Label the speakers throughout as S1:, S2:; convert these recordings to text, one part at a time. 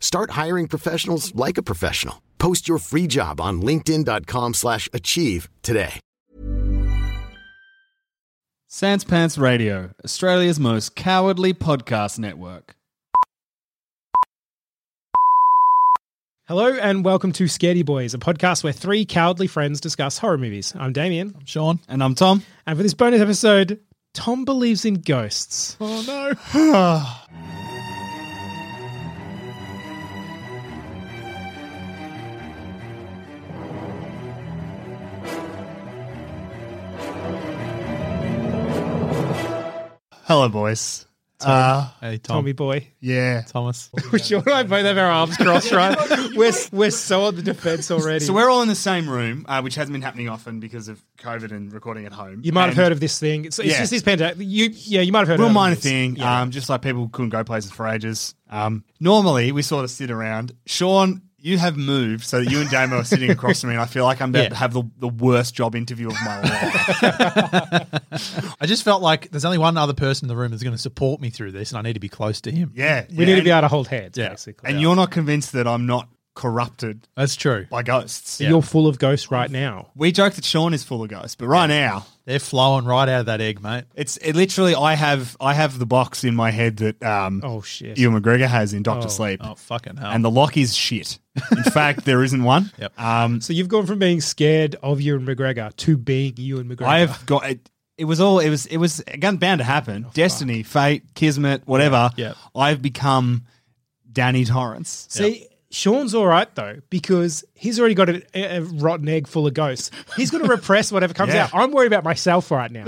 S1: Start hiring professionals like a professional. Post your free job on linkedin.com/achieve slash achieve today.
S2: Sans Pants Radio, Australia's most cowardly podcast network.
S3: Hello and welcome to Scaredy Boys, a podcast where three cowardly friends discuss horror movies. I'm Damien,
S2: Sean and I'm Tom.
S3: and for this bonus episode, Tom believes in ghosts.
S2: Oh no. Hello, boys. Uh,
S4: Hey, Tom.
S3: Tommy boy.
S2: yeah.
S4: Thomas.
S3: Sean and I both have our arms crossed, right? we're, we're so on the defense already.
S2: So we're all in the same room, uh, which hasn't been happening often because of COVID and recording at home.
S3: you might have
S2: And-
S3: heard of this thing. It's, it's
S2: Yeah.
S3: just this pandemic. You, yeah, you might have heard
S2: real
S3: of it.
S2: minor thing. Um, just like people couldn't go places for ages. Um, normally we sort of sit around. Sean, you have moved so that you and Damo are sitting across from me, and I feel like I'm about
S4: Yeah.
S2: to have the, the worst job interview of my life.
S4: I just felt like there's only one other person in the room that's going to support me through this, and I need to be close to him.
S2: yeah,
S3: We need to be able to hold hands,
S4: Yeah.
S3: basically.
S2: And you're not convinced that I'm not corrupted
S4: That's true.
S2: by ghosts.
S3: You're full of ghosts right now.
S2: We joke that Sean is full of ghosts, but right now
S4: They're flowing right out of that egg, mate.
S2: it's it literally I have I have the box in my head that um,
S3: Oh, shit.
S2: Ewan McGregor has in Doctor
S3: Oh.
S2: Sleep,
S4: Oh, fucking hell.
S2: and the lock is shit. In fact, there isn't one.
S4: Yep.
S2: Um,
S3: So you've gone from being scared of you and McGregor to being you and McGregor.
S2: I have got it. It was all. It was. It was again bound to happen. Destiny, fate, kismet, whatever.
S4: Oh, Yeah.
S2: I've become Danny Torrance.
S3: See, Sean's all right though because he's already got a, a rotten egg full of ghosts. He's going to repress whatever comes
S2: Yeah.
S3: out. I'm worried about myself right now.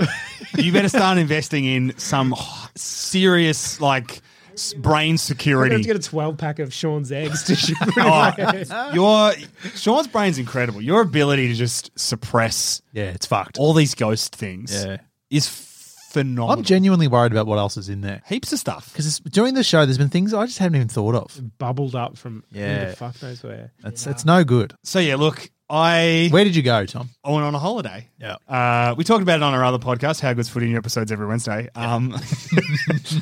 S2: you better start investing in some h- serious like s- brain
S3: I'm going
S2: security.
S3: to get a 12 pack of Sean's eggs to shoot.
S2: Oh, your Sean's brain's incredible. Your ability to just suppress
S4: yeah, it's fucked.
S2: all these ghost things
S4: Yeah.
S2: is phenomenal.
S4: I'm genuinely worried about what else is in there.
S2: Heaps of stuff.
S4: Because during the show, there's been things I just haven't even thought of.
S3: Bubbled up from yeah.
S4: Yeah.
S3: the fuck knows where.
S4: That's, that's no good.
S2: So yeah, look, I
S4: Where did you go, Tom?
S2: I went on a holiday.
S4: Yeah.
S2: Uh, we talked about it on our other podcast, How Good's Footy New episodes every Wednesday. Um,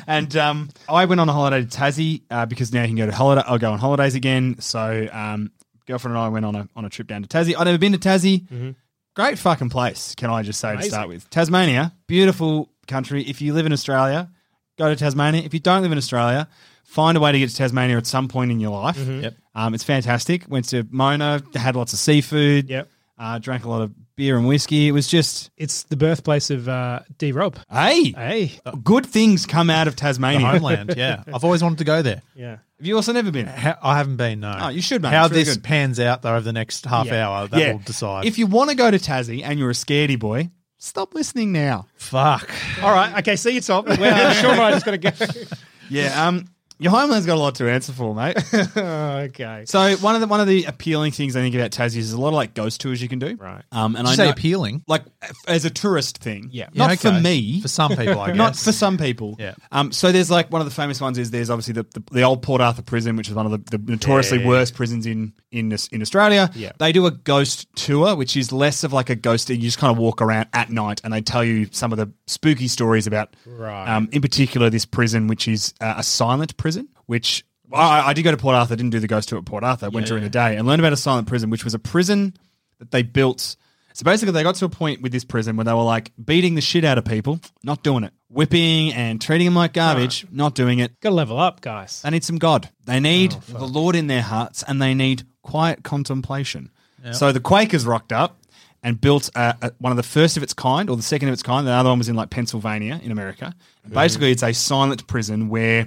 S2: and um, I went on a holiday to Tassie uh, because now you can go to holiday. I'll go on holidays again. So um, girlfriend and I went on a on a trip down to Tassie. I'd never been to Tassie. Great fucking place, can I just say to
S3: Amazing.
S2: start with? Tasmania, beautiful country. If you live in Australia, go to Tasmania. If you don't live in Australia, find a way to get to Tasmania at some point in your life.
S3: Mm-hmm.
S4: Yep.
S2: Um, it's fantastic. Went to Mona, had lots of seafood.
S3: Yep.
S2: Uh, drank a lot of beer and whiskey. It was just,
S3: It's the birthplace of uh, D Rob.
S2: hey,
S3: Hey.
S2: good things come out of Tasmania.
S4: Homeland, yeah. I've always wanted to go there.
S3: Yeah.
S2: Have you also never been?
S4: Ha- I haven't been, no.
S2: Oh, you should, mate.
S4: How
S2: It's really
S4: this
S2: good.
S4: pans out, though, over the next half
S3: Yeah.
S4: hour, that will decide.
S2: If you want to go to Tassie and you're a scaredy boy, stop listening now.
S4: Fuck.
S3: All right. Okay. See you, Tom. Well, Uh, Sean and I just got to go.
S2: Yeah. Um, your homeland's got a lot to answer for, mate.
S3: okay.
S2: so one of the one of the appealing things I think about Tassie is there's a lot of like ghost tours you can do.
S3: Right.
S2: Um, and
S4: Did you
S2: I
S4: say
S2: know,
S4: appealing?
S2: like as a tourist thing.
S3: Yeah.
S2: Not
S4: Yeah,
S2: for
S4: okay.
S2: me.
S4: For some people, I guess.
S2: Not for some people.
S4: Yeah.
S2: Um, so there's like one of the famous ones is there's obviously the, the, the old Port Arthur prison, which is one of the, the notoriously worst prisons in in Aus- in Australia.
S3: Yeah.
S2: They do a ghost tour, which is less of like a ghost. You just kind of walk around at night, and they tell you some of the spooky stories about.
S3: Right.
S2: Um, in particular, this prison, which is uh, a silent prison, which. I, I did go to Port Arthur, didn't do the ghost tour at Port Arthur, went during the day and learned about a silent prison, which was a prison that they built. So basically, they got to a point with this prison where they were like beating the shit out of people, not doing it, whipping and treating them like garbage, not doing it.
S3: Got to level up, guys.
S2: They need some God. They need the Lord in their hearts and they need quiet contemplation. So the Quakers rocked up and built a, a- one of the first of its kind, or the second of its kind. The other one was in like Pennsylvania in America. And basically, it's a silent prison where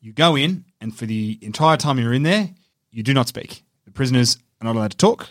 S2: you go in, and for the entire time you're in there, you do not speak. The prisoners are not allowed to talk.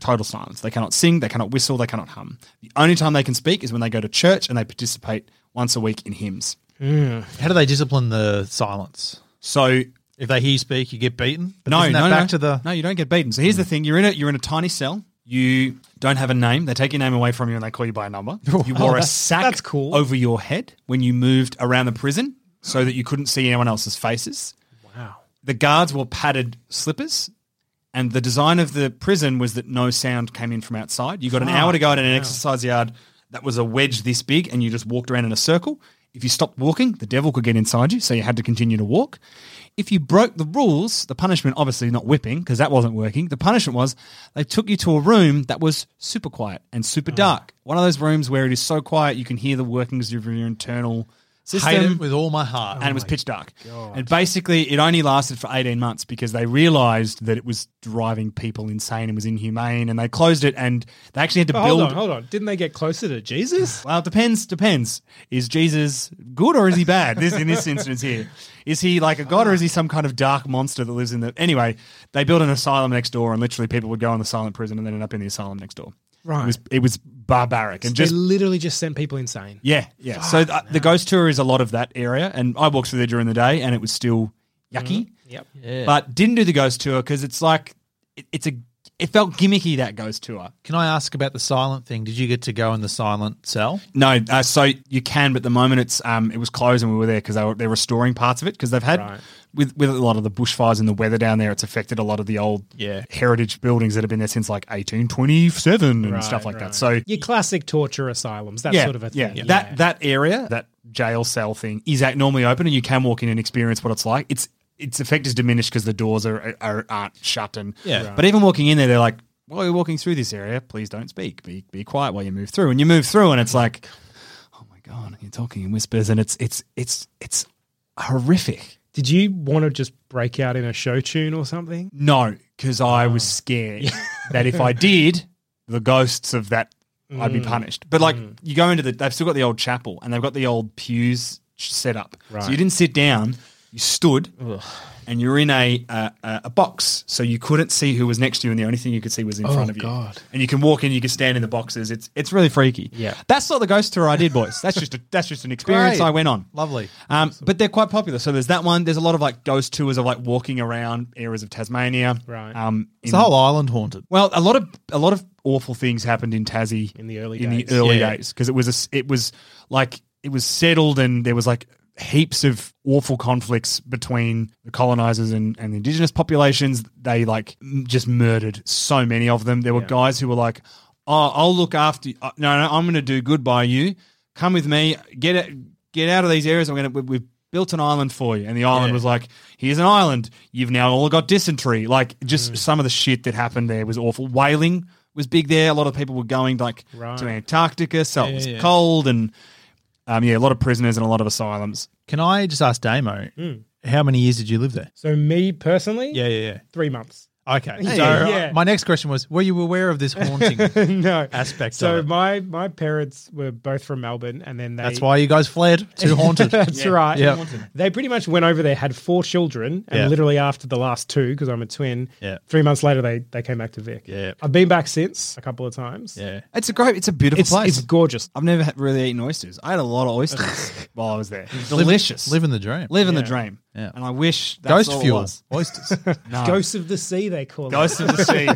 S2: Total silence. They cannot sing. They cannot whistle. They cannot hum. The only time they can speak is when they go to church and they participate once a week in hymns.
S4: How do they discipline the silence?
S2: So
S4: If they hear you speak, you get beaten. But
S2: no,
S4: isn't that
S2: no,
S4: back
S2: no.
S4: to the Hmm.
S2: no. You don't get beaten. So here's the thing: you're in a you're in a tiny cell. You don't have a name. They take your name away from you and they call you by a number. You wore a sack
S3: that's cool.
S2: over your head when you moved around the prison so that you couldn't see anyone else's faces.
S3: Wow.
S2: The guards wore padded slippers, and the design of the prison was that no sound came in from outside. You got an hour to go in an exercise yard that was a wedge this big, and you just walked around in a circle. If you stopped walking, the devil could get inside you, so you had to continue to walk. If you broke the rules, the punishment obviously not whipping because that wasn't working. The punishment was they took you to a room that was super quiet and super dark. One of those rooms where it is so quiet you can hear the workings of your internal system
S4: hate it with all my
S3: Oh
S4: heart?
S2: and it was pitch dark. And basically, it only lasted for 18 months because they realized that it was driving people insane and was inhumane, and they closed it. And they actually had to
S3: But
S2: build.
S3: hold on, hold on. Didn't they get closer to Jesus?
S2: Well, it depends. Depends. Is Jesus good or is he bad? This in this instance here, is he like a god or is he some kind of dark monster that lives in the? Anyway, they built an asylum next door, and literally people would go in the silent prison and then end up in the asylum next door.
S3: Right.
S2: It was it was barbaric and just
S3: they literally just sent people insane.
S2: yeah, yeah. so th- the ghost tour is a lot of that area, and I walked through there during the day, and it was still yucky.
S3: Yep.
S2: But didn't do the ghost tour because it's like it, it's a it felt gimmicky that ghost tour.
S4: Can I ask about the silent thing? Did you get to go in the silent cell?
S2: No, uh, so you can, but at the moment it's um it was closed and we were there because they were they're restoring parts of it because they've had with with a lot of the bushfires and the weather down there, it's affected a lot of the old
S4: Yeah.
S2: heritage buildings that have been there since like eighteen twenty seven and stuff like that. So
S3: Your classic torture asylums, that sort of a thing.
S2: Yeah, that that area, that jail cell thing, is that normally open, and you can walk in and experience what it's like. It's its effect is diminished because the doors are, are aren't shut, and
S4: Yeah. Right.
S2: But even walking in there, they're like, "While you're walking through this area, please don't speak. Be be quiet while you move through." And you move through, and it's like, "Oh my god, you're talking in whispers," and it's it's it's it's horrific.
S3: Did you want to just break out in a show tune or something?
S2: No, because I was scared that if I did, the ghosts of that, I'd be punished. But like, you go into the, they've still got the old chapel and they've got the old pews set up. So you didn't sit down, you stood, and you're in a, a a a box, so you couldn't see who was next to you, and the only thing you could see was in front of you.
S3: God.
S2: And you can walk in, you can stand in the boxes. It's it's really freaky.
S3: Yeah.
S2: that's not the ghost tour I did, boys. That's just a, that's just an experience
S4: Great.
S2: I went on.
S4: Lovely.
S2: Um, but they're quite popular. So there's that one. There's a lot of like ghost tours of like walking around areas of Tasmania.
S3: Right.
S2: Um,
S4: Is
S2: in-
S4: the whole island haunted?
S2: well, a lot of a lot of awful things happened in Tassie
S3: In the early
S2: in
S3: days.
S2: the early
S4: Yeah.
S2: days because it was a s it was like it was settled and there was like heaps of awful conflicts between the colonizers and, and the indigenous populations. They like m- just murdered so many of them. There were guys who were like, "Oh, I'll look after you. Uh, No, no, I'm going to do good by you. Come with me. Get it." Get out of these areas. I'm gonna. we- We've built an island for you, and the island was like, "Here's an island. You've now all got dysentery." Like, just some of the shit that happened there was awful. Whaling was big there. A lot of people were going like
S3: Right.
S2: to Antarctica, so it was cold and um, yeah, a lot of prisoners and a lot of asylums.
S4: Can I just ask Damo, how many years did you live there?
S3: So me personally,
S4: Yeah, yeah,
S3: three months.
S4: yeah. Okay.
S3: Yeah,
S4: so uh,
S3: yeah.
S4: my next question was, were you aware of this haunting?
S3: no
S4: aspect
S3: So
S4: of it.
S3: my my parents were both from Melbourne, and then they
S4: That's why you guys fled to haunted.
S3: That's right.
S4: Yeah.
S3: They pretty much went over there, had four children, and
S4: Yeah.
S3: literally after the last two, because I'm a twin,
S4: Yeah.
S3: three months later they they came back to Vic.
S4: Yeah.
S3: I've been back since a couple of times.
S4: Yeah.
S2: It's a great, it's a beautiful
S3: It's,
S2: place.
S3: it's gorgeous.
S2: I've never had- really eaten oysters. I had a lot of oysters while I was there. Delicious,
S4: Living the dream.
S2: living the dream.
S4: Yeah.
S2: And I wish that's
S4: Ghost
S2: all it
S4: fuel.
S2: was.
S4: Oysters.
S2: No.
S3: Ghosts of the sea, they call it.
S2: Ghost of the sea.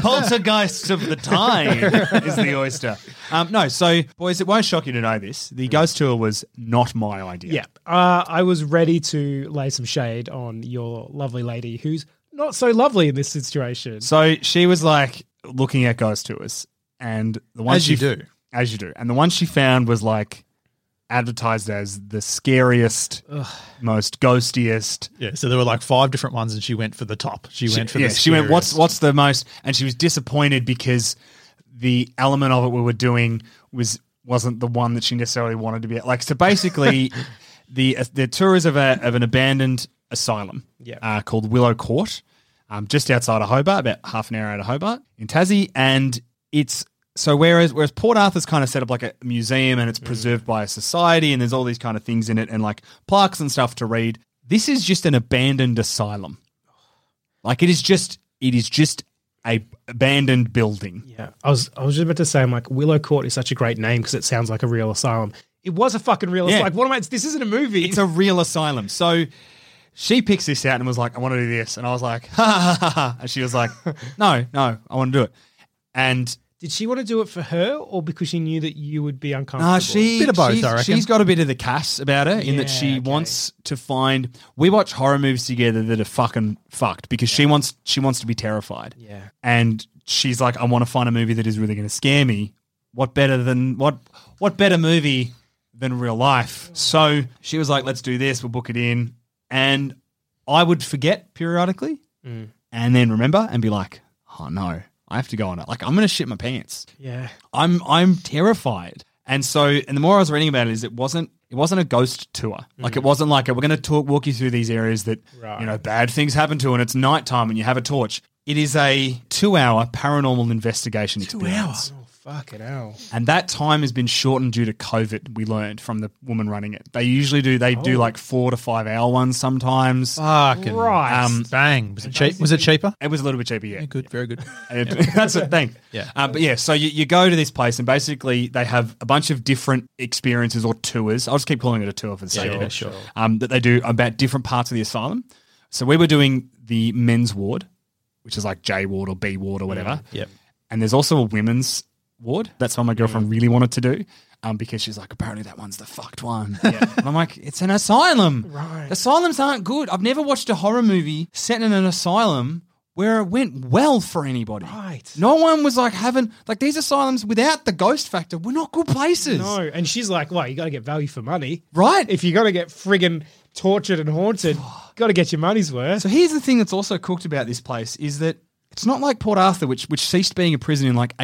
S2: Poltergeist of the time is the oyster. Um, no, so, boys, it won't shock you to know this. The ghost tour was not my idea.
S3: Yeah. Uh, I was ready to lay some shade on your lovely lady who's not so lovely in this situation.
S2: So she was like looking at ghost tours, and the one
S4: As
S2: she
S4: you do.
S2: as you do, and the one she found was like advertised as the scariest, most ghostiest.
S4: yeah. So there were like five different ones, and she went for the top. She, went for
S2: yeah,
S4: the.
S2: she went. What's
S4: scariest."
S2: what's the most? And she was disappointed because the element of it we were doing was wasn't the one that she necessarily wanted to be at. Like so, basically, the uh, the tour is of a of an abandoned asylum,
S3: Yeah.
S2: uh, called Willow Court, um, just outside of Hobart, about half an hour out of Hobart in Tassie, and it's so whereas whereas Port Arthur's kind of set up like a museum and it's
S4: Mm.
S2: preserved by a society and there's all these kind of things in it and like plaques and stuff to read. This is just an abandoned asylum. Like it is just it is just a abandoned building.
S3: Yeah, I was I was just about to say, I'm like Willow Court is such a great name because it sounds like a real asylum. It was a fucking real.
S2: Yeah.
S3: Like what am I? This isn't a movie.
S2: It's a real asylum. So she picks this out and was like, I want to do this. And I was like, ha ha ha ha. And she was like, no, no, I want to do it. And
S3: Did she want to do it for her or because she knew that you would be uncomfortable?
S2: uh, she,
S4: Bit of both,
S2: she's-
S4: I reckon.
S2: she's got a bit of the cast about her in that
S3: Yeah,
S2: she
S3: okay.
S2: wants to find. We watch horror movies together that are fucking fucked because she wants she wants to be terrified.
S3: Yeah.
S2: And she's like, I want to find a movie that is really going to scare me. What better than what what better movie than real life? So she was like, let's do this. We'll book it in. And I would forget periodically
S3: Mm.
S2: and then remember and be like, oh no, I have to go on it. Like I'm going to shit my pants.
S3: Yeah.
S2: I'm I'm terrified. And so, and the more I was reading about it, is it wasn't it wasn't a ghost tour. Like it wasn't like we're going to talk walk you through these areas that you know bad things happen to, and it's nighttime and you have a torch. It is a two hour paranormal investigation experience,
S3: Oh, fucking hell.
S2: and that time has been shortened due to COVID. We learned from the woman running it. They usually do they do like four to five hour ones sometimes.
S4: Fucking
S3: Right.
S2: Um,
S4: bang. Was it cheap? Was it cheaper?
S2: it was a little bit cheaper, yeah.
S4: Yeah, good, very good.
S2: And it- that's the thing.
S4: Yeah.
S2: Uh, but yeah, so you, you go to this place and basically they have a bunch of different experiences or tours. I'll just keep calling it a tour for the sake of
S4: yeah,
S2: it.
S4: sure.
S2: Um, that they do about different parts of the asylum. So we were doing the men's ward, which is like J ward or B ward or whatever.
S3: Mm.
S4: Yep.
S2: And there's also a women's ward. That's what my
S3: Mm.
S2: girlfriend really wanted to do. Um, because she's like, apparently that one's the fucked one. And I'm like, it's an asylum.
S3: Right.
S2: Asylums aren't good. I've never watched a horror movie set in an asylum where it went well for anybody.
S3: Right.
S2: No one was like having like these asylums without the ghost factor were not good places.
S3: No. And she's like, well, you got to get value for money.
S2: Right?
S3: If you're going to get friggin' tortured and haunted, got to get your money's worth.
S2: So here's the thing that's also cooked about this place is that it's not like Port Arthur, which which ceased being a prison in like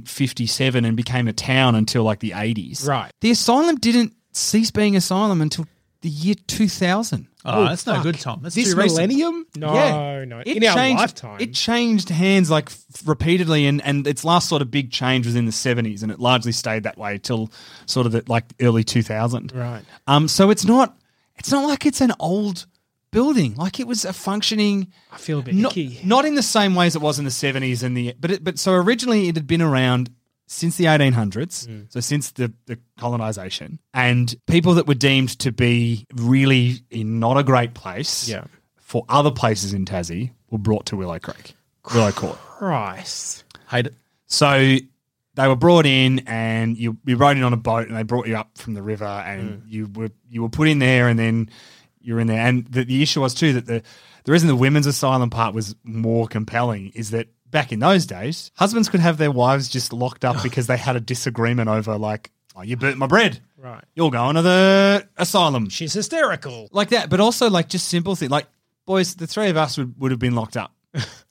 S2: 1857 and became a town until like the 80s.
S3: Right.
S2: The asylum didn't cease being asylum until the year 2000.
S4: Oh, that's no good, Tom. That's
S3: This
S4: too recent.
S3: millennium? No,
S2: Yeah.
S3: no.
S2: It
S3: In our
S2: changed,
S3: lifetime.
S2: It changed hands like f- repeatedly, and, and its last sort of big change was in the 70s, and it largely stayed that way till sort of the, like early 2000.
S3: Right.
S2: Um, so it's not it's not like it's an old building. Like it was a functioning
S3: I feel a bit
S2: not,
S3: icky.
S2: not in the same way as it was in the 70s and the but it, but so originally it had been around since the 1800s
S3: Mm.
S2: so since the, the colonization and people that were deemed to be really in not a great place
S3: Yeah.
S2: for other places in Tassie were brought to Willow Creek Willow Court
S3: Christ.
S4: Hate it.
S2: so they were brought in, and you you rode in on a boat, and they brought you up from the river, and you were you were put in there, and then you're in there. And the, the issue was too that the the reason the women's asylum part was more compelling is that back in those days, husbands could have their wives just locked up because they had a disagreement over like, oh, you burnt my bread,
S3: Right.
S2: You're going to the asylum
S3: She's hysterical.
S2: like that, but also like just simple thing like boys, the three of us would would have been locked up,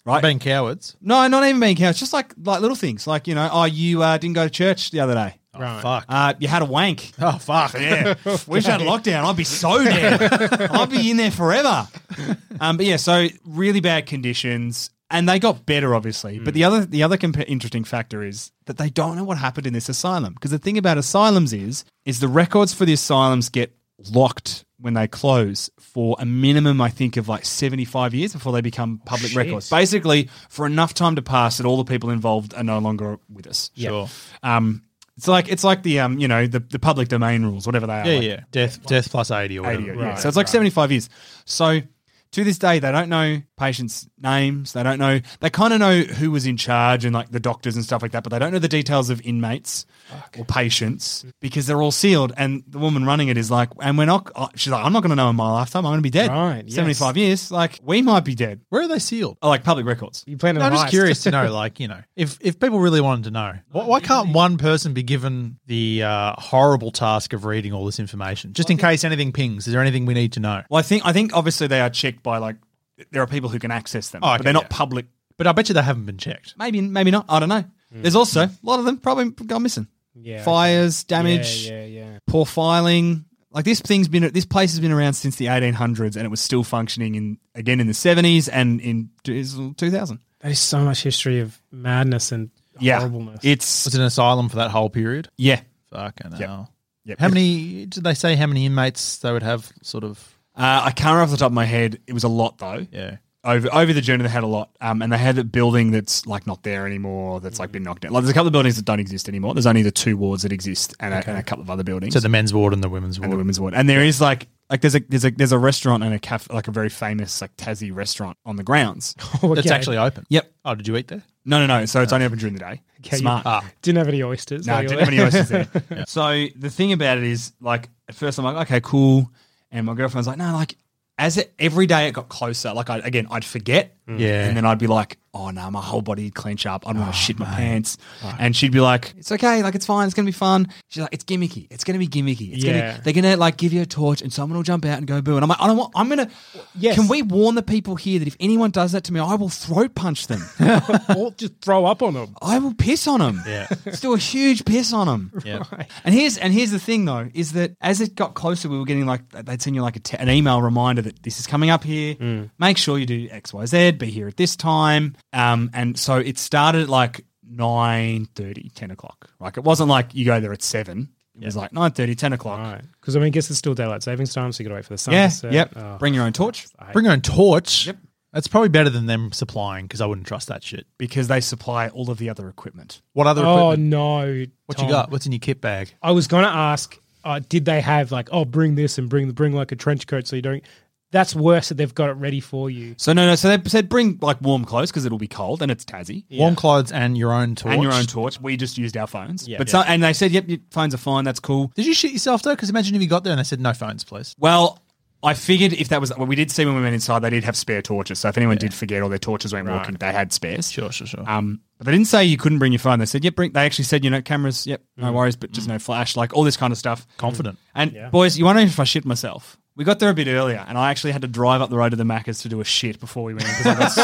S2: right?
S4: Being cowards.
S2: No, not even being counts. Just like like little things, like you know, oh, you uh, didn't go to church the other day.
S3: Right.
S4: Fuck.
S2: Uh, you had a wank.
S4: oh, fuck.
S2: Yeah, we've had lockdown. I'd be so down. I'd be in there forever. Um, but yeah, so really bad conditions, and they got better, obviously. But
S4: Mm.
S2: the other the other comp- interesting factor is that they don't know what happened in this asylum because the thing about asylums is is the records for the asylums get locked when they close for a minimum, I think, of like seventy five years before they become public records. Basically, for enough time to pass that all the people involved are no longer with us.
S4: Sure.
S2: Um, it's like it's like the um, you know, the, the public domain rules, whatever they are.
S4: Yeah,
S2: like
S4: yeah. Death, death plus 80 or
S2: 80,
S4: whatever.
S2: yeah. So it's like seventy five years. So to this day, they don't know patients' names. They don't know. They kind of know who was in charge and like the doctors and stuff like that, but they don't know the details of inmates or patients because they're all sealed. And the woman running it is like, and we're not. oh, She's like, I'm not going to know in my lifetime. I'm going to be dead.
S3: Right, yes.
S2: Seventy five years. Like we might be dead.
S4: Where are they sealed?
S2: Oh, Like public records.
S3: You planning
S4: No, I'm
S3: a
S4: just
S3: heist.
S4: curious to know, like, you know, if, if people really wanted to know, why, why can't one person be given the uh, horrible task of reading all this information? Just in case anything pings, is there anything we need to know?
S2: Well, I think I think obviously they are checked by like there are people who can access them,
S4: Oh, okay,
S2: but they're not
S4: yeah.
S2: public
S4: But I bet you they haven't been checked.
S2: Maybe, maybe not. I don't know. There's also a lot of them probably gone missing.
S3: Yeah,
S2: Fires,
S3: Yeah,
S2: damage,
S3: yeah, yeah.
S2: poor filing. Like this thing's been this place has been around since the 1800s, and it was still functioning in again in the 70s and in 2000.
S3: That is so much history of madness and
S2: yeah,
S3: horribleness.
S2: it's
S4: Was it an asylum for that whole period?
S2: yeah.
S4: Fucking
S2: Yep.
S4: hell.
S2: Yep.
S4: How many did they say? How many inmates they would have? Sort of.
S2: Uh, I can't remember off the top of my head. It was a lot though.
S4: Yeah.
S2: Over over the journey, they had a lot, um, and they had a building that's like not there anymore. That's
S4: Hmm.
S2: like been knocked down. Like there's a couple of buildings that don't exist anymore. There's only the two wards that exist, and, a, and a couple of other buildings.
S4: So the men's ward and the women's
S2: and the
S4: ward.
S2: women's ward. And there is like like there's a there's a there's a restaurant and a cafe like a very famous like Tassie restaurant on the grounds.
S3: Okay.
S4: That's actually open.
S2: Yep.
S4: Oh, did you eat there?
S2: No, no, no. So it's only open during the day.
S3: Okay, you-
S2: Smart.
S3: Didn't have any oysters.
S2: No,
S3: while
S2: I
S3: you
S2: didn't
S3: were
S2: have any oysters there. So the thing about it is, like, at first I'm like, okay, cool. And my girlfriend's like, no, like, as it, every day it got closer, like, I, again, I'd forget.
S3: Mm.
S4: Yeah.
S2: And then I'd be like, oh, no, my whole body would clench up. I'd want to shit my pants. And she'd be like, it's okay. Like, it's fine. It's going to be fun. She's like, it's gimmicky. It's going to be gimmicky. It's
S3: Yeah.
S2: gonna, they're going to, like, give you a torch and someone will jump out and go boo. And I'm like, I don't want, I'm going to,
S3: Yes.
S2: can we warn the people here that if anyone does that to me, I will throat punch them.
S3: Or just throw up on them.
S2: I will piss on them.
S4: Yeah.
S2: Still a huge piss on them.
S4: Yeah.
S2: And here's and here's the thing though is that as it got closer, we were getting like they'd send you like a te- an email reminder that this is coming up here. Make sure you do X Y Z. Be here at this time. Um, and so it started at like 9, 10 o'clock. Like it wasn't like you go there at seven. It was like 9, 10 o'clock.
S3: Right. Because I mean, I guess it's still daylight savings time, so you got to wait for the sun.
S2: Yeah.
S3: to set.
S2: Yep.
S3: Oh.
S2: Bring your own torch
S4: Bring your own torch. Yep. That's probably better than them supplying because I wouldn't trust that shit.
S2: because they supply all of the other equipment.
S4: What other
S3: Oh
S4: equipment?
S3: no!
S4: What
S3: Tom.
S4: you got? What's in your kit bag?
S3: I was gonna ask, uh, did they have like, oh, bring this and bring bring like a trench coat so you don't. That's worse that they've got it ready for you.
S2: So no, no. So they said bring like warm clothes because it'll be cold and it's Tassie.
S4: Warm clothes and your own torch.
S2: And your own torch. We just used our phones.
S3: Yeah.
S2: but so, and they said, "Yep, your phones are fine. That's cool."
S4: Did you shit yourself though? Because imagine if you got there and they said no phones, please.
S2: Well, I figured if that was well, we did see when we went inside, they did have spare torches. So if anyone did forget or their torches weren't working, they had spares.
S4: Sure, sure, sure.
S2: Um, but they didn't say you couldn't bring your phone. They said, "Yep, bring." They actually said, "You know, cameras. Yep,
S3: Mm.
S2: no worries, but just no flash, like all this kind of stuff."
S4: Confident.
S2: Mm. And boys, you wonder if I shit myself. We got there a bit earlier, and I actually had to drive up the road to the Macca's to do a shit before we went because I got so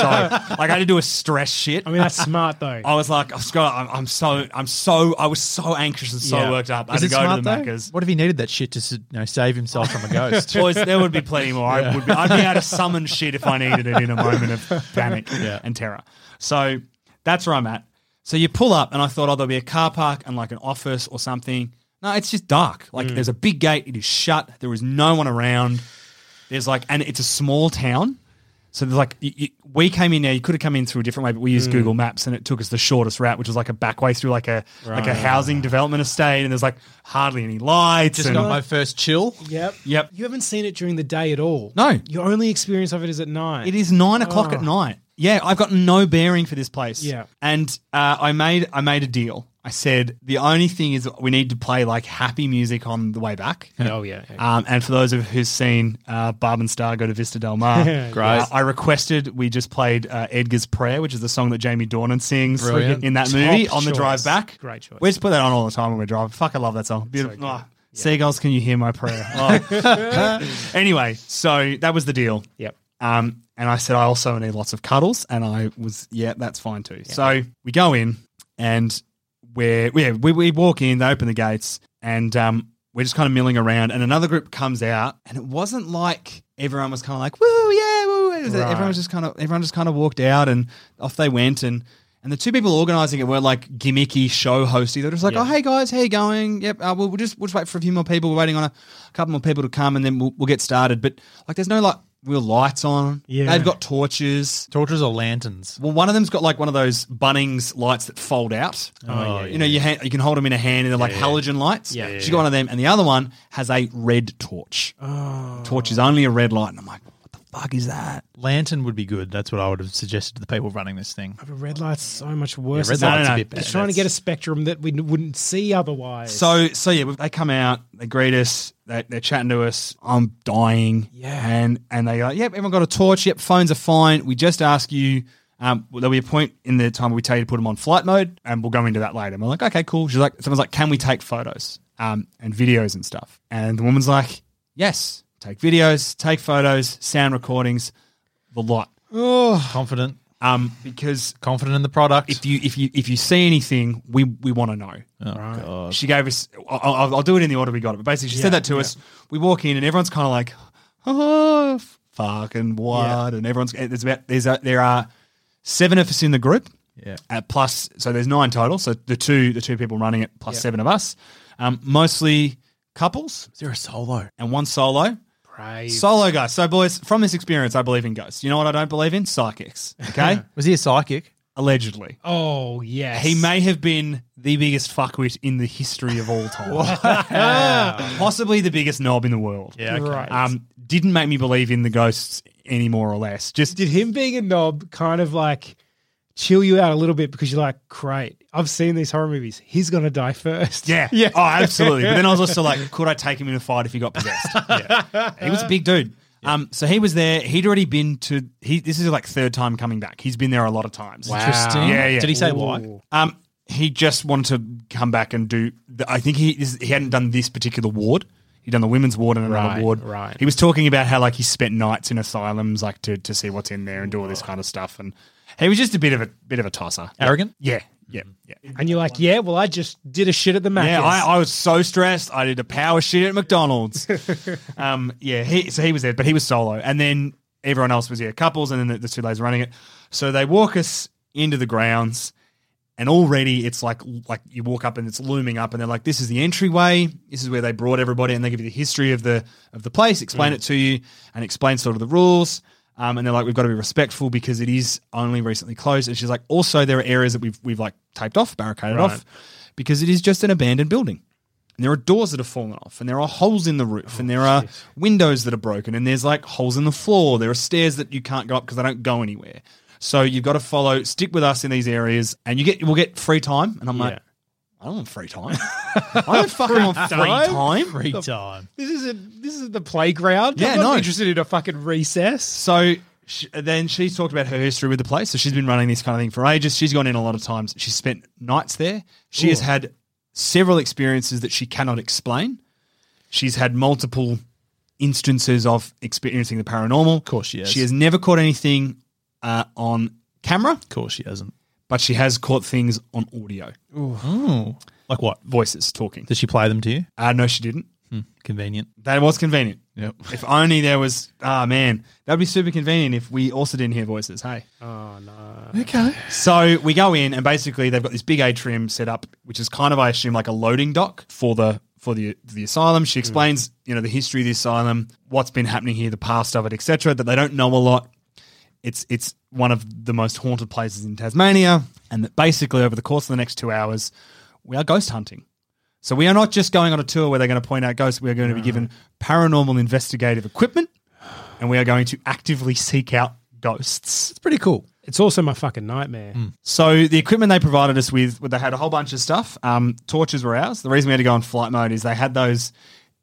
S2: like I had to do a stress shit.
S3: I mean, that's smart though.
S2: I was like, oh, Scott, I'm, I'm so, I'm so, I was so anxious and so
S3: Yeah.
S2: worked up. I
S4: Is
S2: had
S4: it
S2: to go
S4: smart
S2: to the
S4: though?
S2: Macca's.
S4: What if he needed that shit to s- you know, save himself from a ghost?
S2: Boys, there would be plenty more. I would be, I'd be able to summon shit if I needed it in a moment of panic and terror. So that's where I'm at. So you pull up, and I thought, oh, there'll be a car park and like an office or something. No, it's just dark. Like there's a big gate. It is shut. There is no one around. There's like, and it's a small town. So there's like, you, you, we came in there. You could have come in through a different way, but we used Google Maps, and it took us the shortest route, which was like a back way through like a like a housing development estate. And there's like hardly any lights.
S4: Just
S2: and-
S4: got my first chill.
S3: Yep.
S2: Yep.
S3: You haven't seen it during the day at all.
S2: No.
S3: Your only experience of it is at night.
S2: It is nine o'clock at night. Yeah, I've got no bearing for this place.
S3: Oh. Yeah.
S2: and uh, I made I made a deal. I said the only thing is we need to play like happy music on the way back.
S3: Oh yeah.
S2: Um, and for those of who've seen uh, Barb and Star go to Vista Del Mar,
S3: Great.
S2: uh, I requested we just played uh, Edgar's Prayer, which is the song that Jamie Dornan sings
S4: Brilliant.
S2: in that
S3: Top
S2: movie on the
S3: choice.
S2: drive back.
S3: Great choice.
S2: We just put that on all the time when we're driving. Fuck, I love that song. Beautiful. Oh, Seagulls, can you hear my prayer? Oh. anyway, so that was the deal.
S3: Yep.
S2: Um, and I said, I also need lots of cuddles. And I was, yeah, that's fine too. So we go in and we're, yeah, we, we walk in, they open the gates, and um, we're just kind of milling around. And another group comes out, and it wasn't like everyone was kind of like, woo, yeah, woo. It was- Everyone was just kind of, everyone just kind of walked out and off they went. And, and the two people organizing it were like gimmicky show hosty. They're just like, "Oh, hey guys, how you going? Yep, uh, we'll, we'll just we'll just wait for a few more people. We're waiting on a, couple more people to come, and then we'll, we'll get started." But like, there's no like real lights on.
S3: Yeah.
S2: they've got torches.
S4: Torches or lanterns?
S2: Well, one of them's got like one of those Bunnings lights that fold out. Oh,
S4: yeah,
S2: you know, you ha- you can hold them in a hand, and they're like halogen lights.
S3: Yeah.
S2: she got one of them, and the other one has a red torch. Oh. Torch is only a red light, and I'm like, "What the fuck is that?"
S4: Lantern would be good. That's what I would have suggested to the people running this thing.
S3: But red light's so much worse.
S4: Yeah, red
S3: It's like-
S4: light's
S2: no, no.
S4: a bit bad.
S3: It's trying to get a spectrum that we wouldn't see otherwise.
S2: So so yeah, they come out, they greet us, they, they're chatting to us. I'm dying.
S3: Yeah.
S2: and and they go, yep, everyone got a torch. Yep, phones are fine. We just ask you. Um, well, there'll be a point in the time where we tell you to put them on flight mode, and we'll go into that later. And we're like, okay, cool. She's like, someone's like, can we take photos um, and videos and stuff? And the woman's like, yes, take videos, take photos, sound recordings, the lot.
S4: confident,
S2: Um, because
S4: confident in the product.
S2: if you if you if you see anything, we we want to know. She gave us. I'll, I'll, I'll do it in the order we got it. But basically, she said that to us. We walk in and everyone's kind of like, oh, eh, fuck and what? And everyone's and there's about there's a, there are seven of us in the group.
S4: Yeah.
S2: Uh, plus, so there's nine total. So the two the two people running it plus seven of us, um, mostly couples
S4: Is there a solo?
S2: and one solo.
S3: Brave.
S2: Solo guys. So boys, from this experience, I believe in ghosts. You know what I don't believe in? Psychics. Okay,
S4: Was he a psychic?
S2: allegedly.
S3: oh yes.
S2: He may have been the biggest fuckwit in the history of all time. Possibly the biggest knob in the world.
S4: Yeah, okay.
S3: Right.
S2: Um, didn't make me believe in the ghosts any more or less. Just
S3: Did him being a knob kind of like chill you out a little bit because you're like, great, I've seen these horror movies. He's gonna die first.
S2: yeah,
S3: Yeah.
S2: Oh, absolutely. But then I was also like, could I take him in a fight if he got possessed? yeah. He was a big dude. Um, so he was there. He'd already been to. He this is like third time coming back. He's been there a lot of times.
S4: Interesting.
S2: Yeah, yeah.
S4: Did he say why?
S2: Um, he just wanted to come back and do. The, I think he this, he hadn't done this particular ward. He'd done the women's ward and another
S3: Right,
S2: ward.
S3: right.
S2: He was talking about how like he spent nights in asylums, like to to see what's in there and do all this kind of stuff. And he was just a bit of a bit of a tosser.
S4: Arrogant? Mm-hmm.
S2: Yeah, yeah, yeah.
S3: And you're like, yeah, well, I just did a shit at the Mac.
S2: Yeah, I, I was so stressed. I did a power shit at McDonald's. um, yeah, he, so he was there, but he was solo. And then everyone else was, yeah, couples, and then the, the two ladies running it. So they walk us into the grounds, and already it's like like you walk up and it's looming up, and they're like, "This is the entryway. This is where they brought everybody, and they give you the history of the of the place, explain it to you, and explain sort of the rules." Um, and they're like, "We've got to be respectful because it is only recently closed." And she's like, "Also, there are areas that we've we've like taped off, barricaded off, because it is just an abandoned building." And there are doors that have fallen off, and there are holes in the roof, and there are windows that are broken, and there's like holes in the floor. There are stairs that you can't go up because they don't go anywhere. So you've got to follow, stick with us in these areas, and you get we'll get free time. And I'm like, I don't want free time. I don't fucking want free
S3: time?
S2: time.
S4: Free time.
S3: this is a this is the playground.
S2: Yeah,
S3: I'm not
S2: no.
S3: interested in a fucking recess.
S2: So sh then she's talked about her history with the place. So she's been running this kind of thing for ages. She's gone in a lot of times. She's spent nights there. She has had several experiences that she cannot explain. She's had multiple instances of experiencing the paranormal. Of
S4: course she has.
S2: She has never caught anything uh, on camera,
S4: Of course, she hasn't.
S2: but she has caught things on audio.
S4: Oh, like what?
S2: Voices talking.
S4: Did she play them to you?
S2: Uh, no, she didn't.
S4: Convenient.
S2: That was convenient.
S4: Yep.
S2: If only there was, ah, man, that would be super convenient if we also didn't hear voices. Hey.
S4: Okay.
S2: So we go in, and basically they've got this big atrium set up, which is kind of, I assume, like a loading dock for the for the the asylum. She explains, you know, the history of the asylum, what's been happening here, the past of it, etc. That they don't know a lot. It's it's one of the most haunted places in Tasmania, and that basically over the course of the next two hours, we are ghost hunting. So we are not just going on a tour where they're going to point out ghosts. We are going to be given paranormal investigative equipment, and we are going to actively seek out ghosts.
S4: It's pretty cool.
S3: It's also my fucking nightmare.
S2: Mm. So the equipment they provided us with, well, they had a whole bunch of stuff. Um, torches were ours. The reason we had to go on flight mode is they had those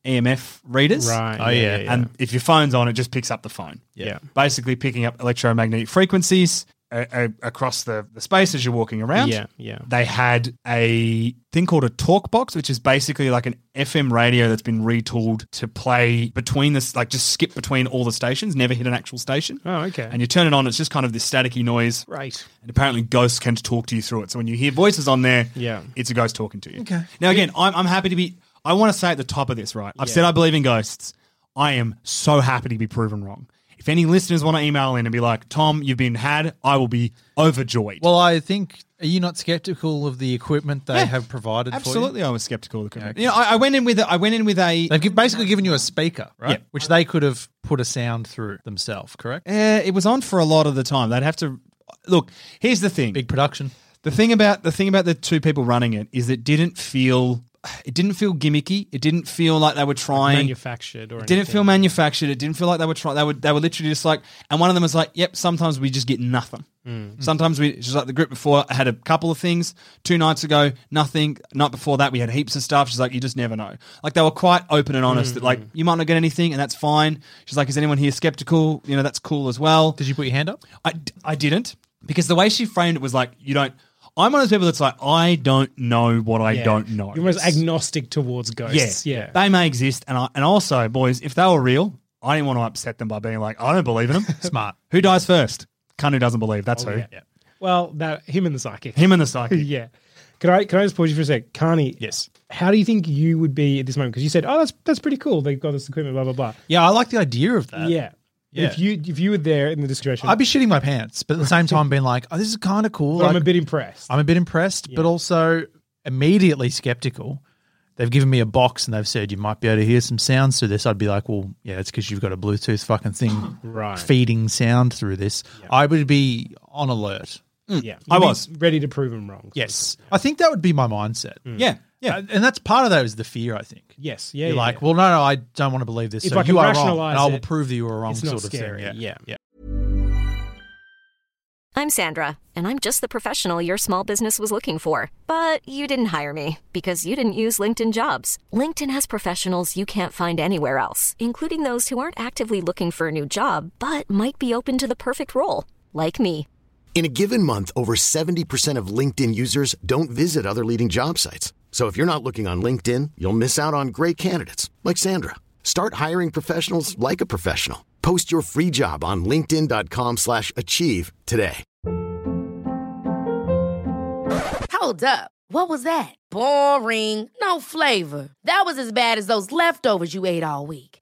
S2: EMF readers.
S3: Right.
S4: Oh, yeah, yeah.
S2: And if your phone's on, it just picks up the phone.
S4: Yeah.
S2: Basically picking up electromagnetic frequencies uh, uh, across the, the space as you're walking around.
S3: Yeah, yeah.
S2: They had a thing called a talk box, which is basically like an FM radio that's been retooled to play between this, like just skip between all the stations, never hit an actual station.
S3: Oh, okay.
S2: And you turn it on, it's just kind of this staticky noise.
S3: Right.
S2: And apparently, ghosts can talk to you through it. So when you hear voices on there,
S3: Yeah.
S2: it's a ghost talking to you. Okay. Now, again, I'm, I'm happy to be. I want to say at the top of this, right? I've said I believe in ghosts. I am so happy to be proven wrong. If any listeners want to email in and be like, Tom, you've been had, I will be overjoyed.
S4: Well, I think are you not skeptical of the equipment they
S2: Yeah.
S4: have provided? for
S2: absolutely, I was skeptical of the
S4: Yeah,
S2: comment.
S4: okay.
S2: You know, I, I went in with a, I went in with a.
S4: you? They've gi- basically given you a speaker, right?
S2: Yeah.
S4: Which they could have put a sound through themselves, correct?
S2: Eh, it was on for a lot of the time. They'd have to look. Here's the thing.
S4: Big production.
S2: The thing about the thing about the two people running it is it didn't feel it didn't feel gimmicky. It didn't feel like they were trying.
S3: Manufactured or
S2: it didn't feel
S3: anything.
S2: manufactured. It didn't feel like they were trying. They were they were literally just like. And one of them was like, "Yep, sometimes we just get nothing. Sometimes we she's like the group before I had a couple of things. Two nights ago, nothing. Night before that, we had heaps of stuff. She's like, you just never know. Like they were quite open and honest. That like you might not get anything, and that's fine. She's like, is anyone here skeptical? You know, that's cool as well.
S4: Did you put your hand up?
S2: I, I didn't because the way she framed it was like you don't. I'm one of those people that's like I don't know what I
S3: Yeah.
S2: don't know.
S3: You're almost agnostic towards
S2: yeah,
S3: ghosts.
S2: yeah,
S3: Yeah.
S2: they may exist, and I, and also, boys, if they were real, I didn't want to upset them by being like I don't believe in them.
S4: Smart.
S2: who dies first? Cunt who doesn't believe.
S3: Oh,
S2: That's who.
S3: well, that him and the psychic.
S2: Him and the psychic.
S3: yeah. Can I can I just pause you for a sec, Carney?
S4: Yes.
S3: How do you think you would be at this moment? Because you said, "Oh, that's that's pretty cool. They've got this equipment, blah blah blah."
S4: Yeah, I like the idea of that.
S3: yeah.
S4: Uh, Yeah.
S3: If you if you were there in the discussion,
S4: I'd be shitting my pants, but at the same time being like, oh, this is kind of cool.
S3: I'm a
S4: Like,
S3: bit impressed.
S4: I'm a bit impressed, but also immediately skeptical. They've given me a box and they've said you might be able to hear some sounds through this. I'd be like, well, yeah, it's because you've got a Bluetooth fucking thing
S3: Right.
S4: feeding sound through this. I would be on alert.
S3: yeah,
S2: I
S3: You'd be
S2: was.
S3: ready to prove him wrong.
S4: Hmm. Yes, I think that would be my mindset.
S2: Yeah, yeah.
S4: Uh, and that's part of that is the fear. I think.
S3: Yes. Mm. Yeah.
S4: You're
S3: yeah,
S4: like,
S3: yeah.
S4: well, no, no, I don't want to believe this.
S3: If
S4: so
S3: I can
S4: you are wrong,
S3: rationalise
S4: and I will
S3: it,
S4: prove that you were wrong.
S3: it's
S4: sort
S3: not
S4: of
S3: scary.
S4: Thing.
S3: Yeah.
S4: yeah.
S5: I'm Sandra, and I'm just the professional your small business was looking for. But you didn't hire me because you didn't use LinkedIn jobs. LinkedIn has professionals you can't find anywhere else, including those who aren't actively looking for a new job but might be open to the perfect role, like me.
S1: In a given month, over 70% of LinkedIn users don't visit other leading job sites. So if you're not looking on LinkedIn, you'll miss out on great candidates like Sandra. Start hiring professionals like a professional. Post your free job on linkedin.com/achieve slash achieve today.
S6: Hold up. What was that? Boring. No flavor. That was as bad as those leftovers you ate all week.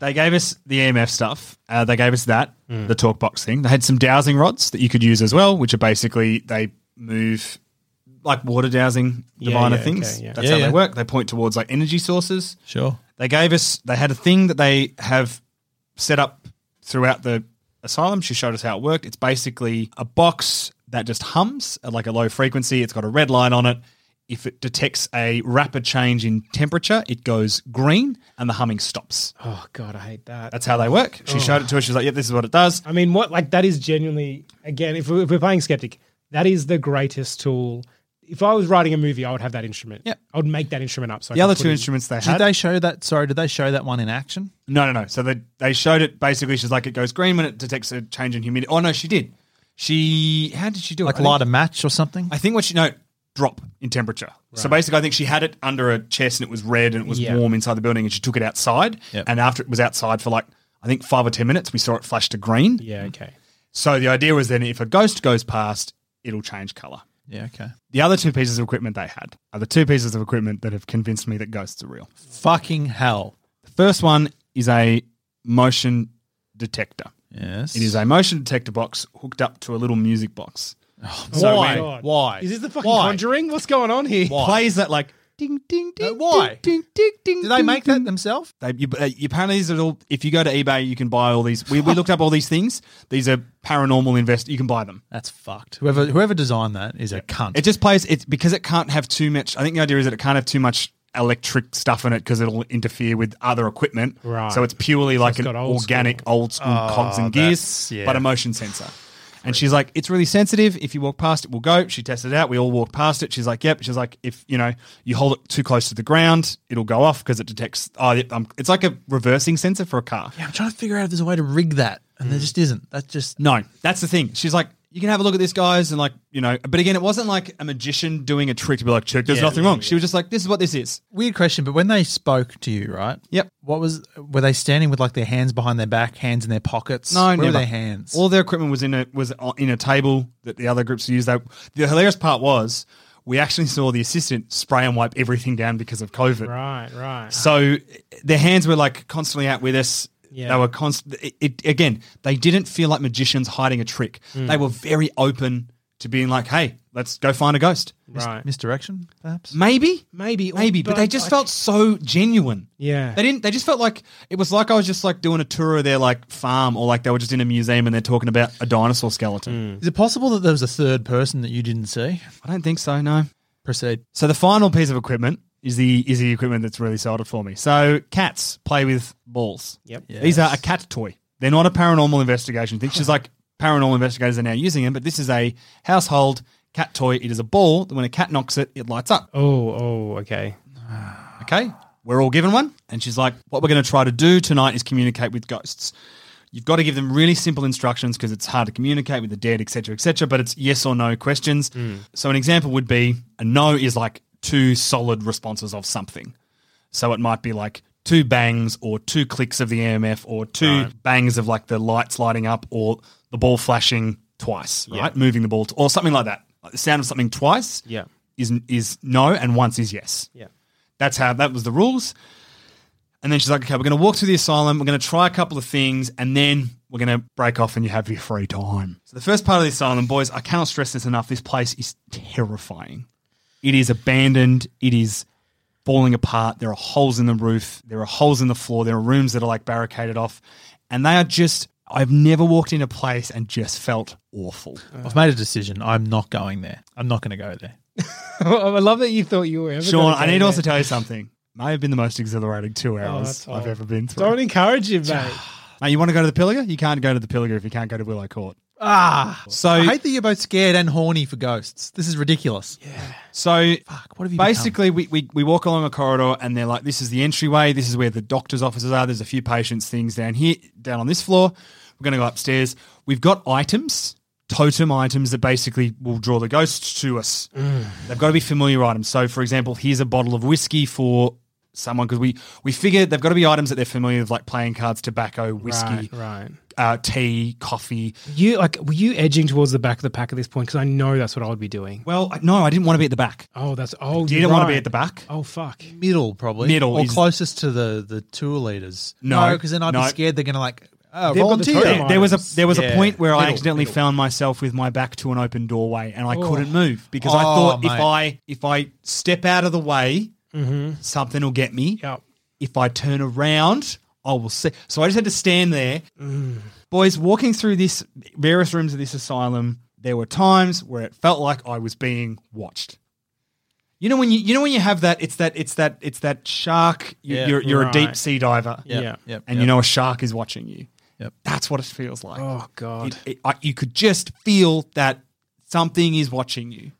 S2: they gave us the EMF stuff. Uh, they gave us that,
S3: Hmm.
S2: the talk box thing. They had some dowsing rods that you could use as well, which are basically they move like water dowsing
S3: Yeah,
S2: diviner
S3: yeah,
S2: things.
S3: okay, yeah.
S2: That's
S4: Yeah,
S2: how
S4: yeah.
S2: they work. They point towards like energy sources.
S4: Sure.
S2: They gave us, they had a thing that they have set up throughout the asylum. She showed us how it worked. It's basically a box that just hums at like a low frequency. It's got a red line on it. If it detects a rapid change in temperature, it goes green and the humming stops.
S3: Oh God, I hate that.
S2: That's how they work. She showed it to us. She was like, "Yep, this is what it does."
S3: I mean, what like that is genuinely again. If we're, if we're playing skeptic, that is the greatest tool. If I was writing a movie, I would have that instrument.
S2: Yep.
S3: I would make that instrument up. So I
S2: The
S3: can
S2: other
S3: put
S2: two
S3: in-
S2: instruments they
S4: Did
S2: had,
S4: they show that? Sorry, did they show that one in action?
S2: no, no, no. So they they showed it basically. She's like, it goes green when it detects a change in humidity. Oh no, she did. She how did she do it?
S4: Like
S2: I think-
S4: light a match or something?
S2: I think what she no drop in temperature. So basically, I think she had it under a chest and it was red and it was
S3: Yeah.
S2: warm inside the building, and she took it outside.
S4: Yep.
S2: And after it was outside for like I think five or ten minutes, we saw it flash to green.
S3: Yeah. Okay.
S2: So the idea was then if a ghost goes past, it'll change color.
S4: yeah. Okay.
S2: The other two pieces of equipment they had are the two pieces of equipment that have convinced me that ghosts are real.
S4: Fucking hell.
S2: First one is a motion detector.
S4: Yes.
S2: It is a motion detector box hooked up to a little music box.
S3: Oh my
S4: why?
S3: God.
S4: Why?
S3: is this the fucking
S4: Why?
S3: Conjuring? What's going on here?
S4: Why?
S2: Plays that like ding ding
S4: Uh,
S2: ding.
S4: why?
S2: Ding ding ding.
S4: Did they
S2: ding,
S4: make
S2: ding.
S4: that themselves?
S2: They, you, uh, you- apparently, these are all. If you go to eBay, you can buy all these. We, we looked up all these things. These are paranormal invest. You can buy them.
S4: That's fucked. Whoever whoever designed that is a cunt.
S2: It just plays. It's because it can't have too much. I think the idea is that it can't have too much electric stuff in it because it'll interfere with other equipment.
S3: Right.
S2: So it's purely like an
S3: got old
S2: organic, old school cogs and
S4: that's-
S2: gears,
S4: yeah.
S2: but a motion sensor. And she's like, it's really sensitive. If you walk past it, we'll go. She tested it out. We all walked past it. She's like, yep. She's like, if you know, you hold it too close to the ground, it'll go off because it detects. Oh, it- um, it's like a reversing sensor for a car.
S4: yeah, I'm trying to figure out if there's a way to rig that, and there just isn't. That's just
S2: No, that's the thing. She's like, you can have a look at this, guys, and like, you know. But again, it wasn't like a magician doing a trick to be like, check, there's
S4: Yeah,
S2: nothing wrong. She was just like, this is what this is.
S4: weird question. But when they spoke to you, right?
S2: Yep.
S4: What was were they standing with like their hands behind their back, hands in their pockets?
S2: No,
S4: Where
S2: never.
S4: were their hands?
S2: All their equipment was in a was on- in a table that the other groups used. That the hilarious part was we actually saw the assistant spray and wipe everything down because of COVID.
S3: Right. Right.
S2: So their hands were like constantly out with us.
S3: Yeah.
S2: They were constant. It, it, again, they didn't feel like magicians hiding a trick.
S4: Hmm.
S2: They were very open to being like, "Hey, let's go find a ghost."
S3: Right.
S4: misdirection, perhaps.
S2: Maybe, maybe, maybe. But,
S3: but
S2: they just felt so genuine.
S3: Yeah.
S2: they didn't. They just felt like it was like I was just like doing a tour of their like farm, or like they were just in a museum and they're talking about a dinosaur skeleton.
S4: Is it possible that there was a third person that you didn't see?
S3: Mm.
S2: I don't think so. No.
S4: Proceed.
S2: So the final piece of equipment is the is the equipment that's really sold it for me. So cats play with balls.
S3: Yep.
S2: These are a cat toy. They're not a paranormal investigation thing. She's like paranormal investigators are now using them, but this is a household cat toy. It is a ball that when a cat knocks it, it lights up.
S3: Oh. Oh. Okay.
S2: okay, we're all given one. And she's like, what we're going to try to do tonight is communicate with ghosts. You've got to give them really simple instructions because it's hard to communicate with the dead, etc., etc. but it's yes or no questions. So an example would be a no is like two solid responses of something. So it might be like two bangs or two clicks of the EMF or two bangs of like the lights lighting up or the ball flashing twice, right? Moving the ball t- or something like that. Like the sound of something twice
S7: Yeah.
S2: is is no and once is yes.
S7: Yeah.
S2: That's how that was the rules. And then she's like, okay, we're going to walk through the asylum. We're going to try a couple of things, and then we're going to break off and you have your free time. So, the first part of the asylum, boys, I cannot stress this enough. This place is terrifying. It is abandoned. It is falling apart. There are holes in the roof. There are holes in the floor. There are rooms that are like barricaded off. And they are just, I've never walked in a place and just felt awful.
S4: I've made a decision. I'm not going there. I'm not going to go there.
S3: Oh, I love that you thought you were. ever
S2: Sean,
S3: gonna
S2: I
S3: go
S2: need to
S3: there.
S2: also tell you something. May have been the most exhilarating two hours
S3: Oh, that's all.
S2: I've ever been through.
S3: Don't encourage him, mate.
S2: Mate, you want to go to the Pilliga? You can't go to the Pilliga if you can't go to Willow Court.
S4: Ah,
S2: So,
S4: I hate that you're both scared and horny for ghosts. This is ridiculous.
S2: so
S4: Fuck, what have you
S2: basically, we, we, we walk along a corridor and they're like, this is the entryway. This is where the doctor's offices are. There's a few patients' things down here, down on this floor. We're going to go upstairs. We've got items, totem items that basically will draw the ghosts to us.
S4: Mm.
S2: They've got to be familiar items. So, for example, here's a bottle of whiskey for someone because we, we figure they've got to be items that they're familiar with, like playing cards, tobacco, whiskey,
S3: Right, right.
S2: uh, tea, coffee.
S3: You like were you edging towards the back of the pack at this point? Because I know that's what I would be doing.
S2: Well, I- no, I didn't want to be at the back.
S3: Oh, that's oh,
S2: You
S3: you're
S2: didn't want to
S3: right.
S2: be at the back.
S3: Oh fuck.
S4: middle probably
S2: Middle
S4: or
S2: is-
S4: closest to the the tour leaders.
S2: No,
S4: because then I'd
S2: no.
S4: be scared they're going to like
S3: They've
S4: oh,
S3: got the
S4: volunteer.
S3: totem
S2: There, there was a there was a
S4: Yeah.
S2: point where I
S4: Middle,
S2: accidentally
S4: middle.
S2: found myself with my back to an open doorway and I
S3: Oh.
S2: couldn't move because I
S4: Oh,
S2: thought if
S4: mate.
S2: I if I step out of the way, something will get me.
S3: Mm-hmm. Yep.
S2: If I turn around, I will see. So I just had to stand there.
S3: Mm.
S2: Boys, walking through this various rooms of this asylum, there were times where it felt like I was being watched. You know when you you know when you have that it's that it's that it's that shark you,
S4: Yeah,
S2: you're you're
S3: right.
S2: a deep sea diver
S4: Yep,
S3: Yeah.
S4: yep,
S2: and
S4: yep.
S2: you know a shark is watching you.
S4: Yep.
S2: That's what it feels like.
S3: Oh god.
S2: It- it- I- you could just feel that something is watching you.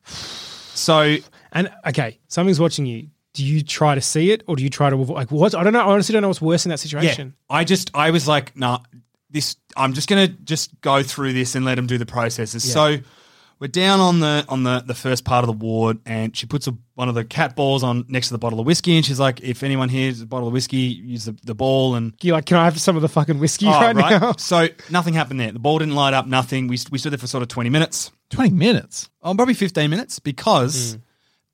S2: So
S3: And okay, something's watching you. Do you try to see it or do you try to avo- like what? I don't know. I honestly don't know what's worse in that
S2: yeah,
S3: situation.
S2: I just I was like, nah, this. I'm just gonna just go through this and let them do the processes. So we're down on the on the the first part of the ward, and she puts a, one of the cat balls on next to the bottle of whiskey, and she's like, if anyone here's a bottle of whiskey, use the, the ball and
S3: You're like, can I have some of the fucking whiskey
S2: Oh,
S3: right, now?
S2: So nothing happened there. The ball didn't light up. Nothing. We we stood there for sort of 20 minutes.
S4: twenty minutes.
S2: Oh, probably 15 minutes because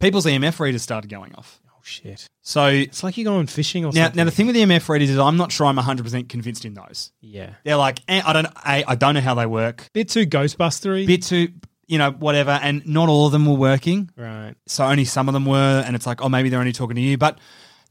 S2: people's EMF readers started going off.
S3: Oh shit!
S2: So
S3: It's like you're going fishing or
S2: now,
S3: something.
S2: now the thing with the EMF readers is I'm not sure I'm 100% convinced in those.
S3: yeah,
S2: They're like, eh, I don't, I, I don't know how they work.
S3: bit too Ghostbustery.
S2: Bit too, you know, whatever. And not all of them were working.
S3: right.
S2: So only some of them were. And it's like, oh, maybe they're only talking to you. But,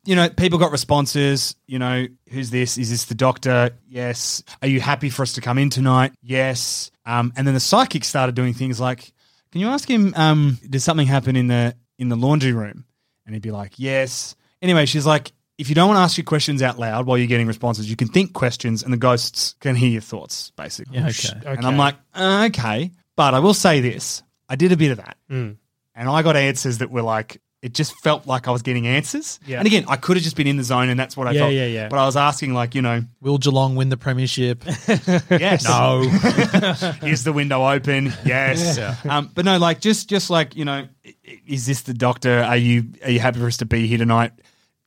S2: you know, people got responses. You know, who's this? Is this the doctor? Yes. Are you happy for us to come in tonight? Yes. Um, and then the psychic started doing things like, can you ask him, um, did something happen in the in the laundry room? And he'd be like, yes. Anyway, she's like, if you don't want to ask your questions out loud while you're getting responses, you can think questions and the ghosts can hear your thoughts, basically.
S4: okay.
S2: And I'm like, uh, okay. But I will say this I did a bit of that. And I got answers that were like, it just felt like I was getting answers.
S3: Yeah.
S2: And again, I could have just been in the zone and that's what I
S3: Yeah,
S2: felt.
S3: yeah, yeah.
S2: But I was asking, like, you know,
S4: Will Geelong win the premiership?
S2: yes.
S4: no.
S2: is the window open? Yes. Um, but no, like just just like you know, i- i- is this the doctor? Are you are you happy for us to be here tonight?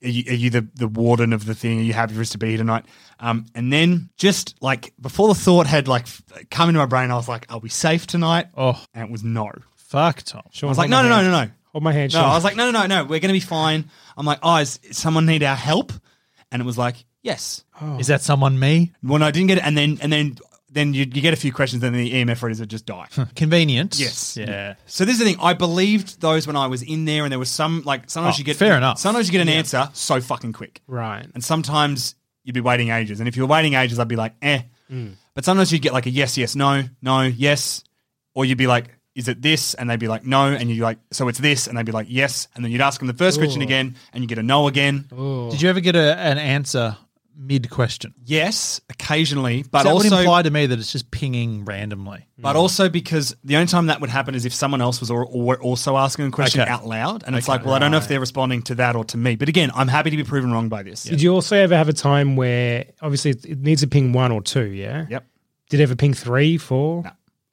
S2: Are you, are you the the warden of the thing? Are you happy for us to be here tonight? Um, and then just like before the thought had like f- come into my brain, I was like, are we safe tonight?
S4: Oh.
S2: and it was no.
S4: Fuck Tom.
S2: I was like, no, no, no, no, no.
S3: Hold my hand.
S2: No, I
S3: Sean.
S2: was like, no, no, no, no. We're going to be fine. I'm like, oh, is someone need our help? And it was like, yes.
S4: Is that someone me?
S2: Well, no, I didn't get it. And then, and then, then you, you get a few questions, and then the EMF readers would just die.
S4: Convenient.
S2: Yes.
S4: Yeah.
S2: So this is the thing. I believed those when I was in there, and there was some like sometimes
S4: Oh,
S2: you get
S4: fair enough.
S2: Sometimes you get an answer so fucking quick,
S3: right.
S2: and sometimes you'd be waiting ages. And if you're waiting ages, I'd be like, eh.
S4: Mm.
S2: But sometimes you'd get like a yes, yes, no, no, yes, or you'd be like, is it this? And they'd be like, no, and you're like, so it's this, and they'd be like, yes, and then you'd ask them the first question again, and you get a no again.
S4: Did you ever get a, an answer mid question.
S2: Yes, occasionally, but
S4: that would
S2: also
S4: imply Mm. to me that it's just pinging randomly.
S2: But also because the only time that would happen is if someone else was al- al- also asking a question
S4: Okay.
S2: out loud, and it's like, well, I don't know if they're responding to that or to me. But again, I'm happy to be proven wrong by this.
S3: Did you also ever have a time where obviously it it needs to ping one or two? Yeah.
S2: Yep,
S3: Did it ever ping three, four?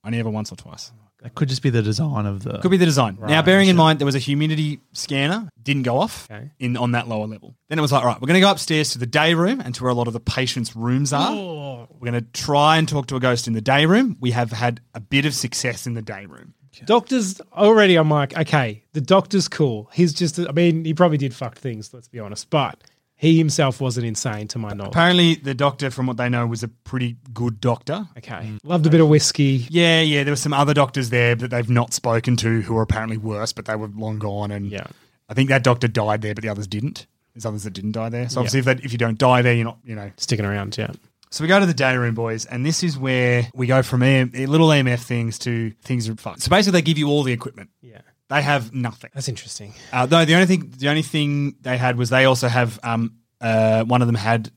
S2: only ever once or twice.
S4: That could just be the design of the.
S2: Could be the design. now, bearing in mind there was a humidity scanner, didn't go off
S3: Okay.
S2: in on that lower level. Then it was like, all right, we're going to go upstairs to the day room and to where a lot of the patients' rooms are.
S3: Oh.
S2: We're going to try and talk to a ghost in the day room. We have had a bit of success in the day room.
S3: Doctors already. I'm like, okay, the doctor's cool. He's just. I mean, he probably did fucked things. Let's be honest, but he himself wasn't insane to my knowledge.
S2: Apparently, the doctor, from what they know, was a pretty good doctor.
S3: okay, loved a bit of whiskey.
S2: Yeah, yeah. There were some other doctors there that they've not spoken to who are apparently worse, but they were long gone. And
S3: Yeah.
S2: I think that doctor died there, but the others didn't. There's others that didn't die there. So obviously, if, that, if you don't die there, you're not, you know.
S3: Sticking around, yeah.
S2: So we go to the day room, boys, and this is where we go from AM, little AMF things to things are fucked. So basically, they give you all the equipment.
S3: Yeah,
S2: They have nothing.
S3: that's interesting.
S2: Uh, no, the only thing the only thing they had was they also have um uh one of them had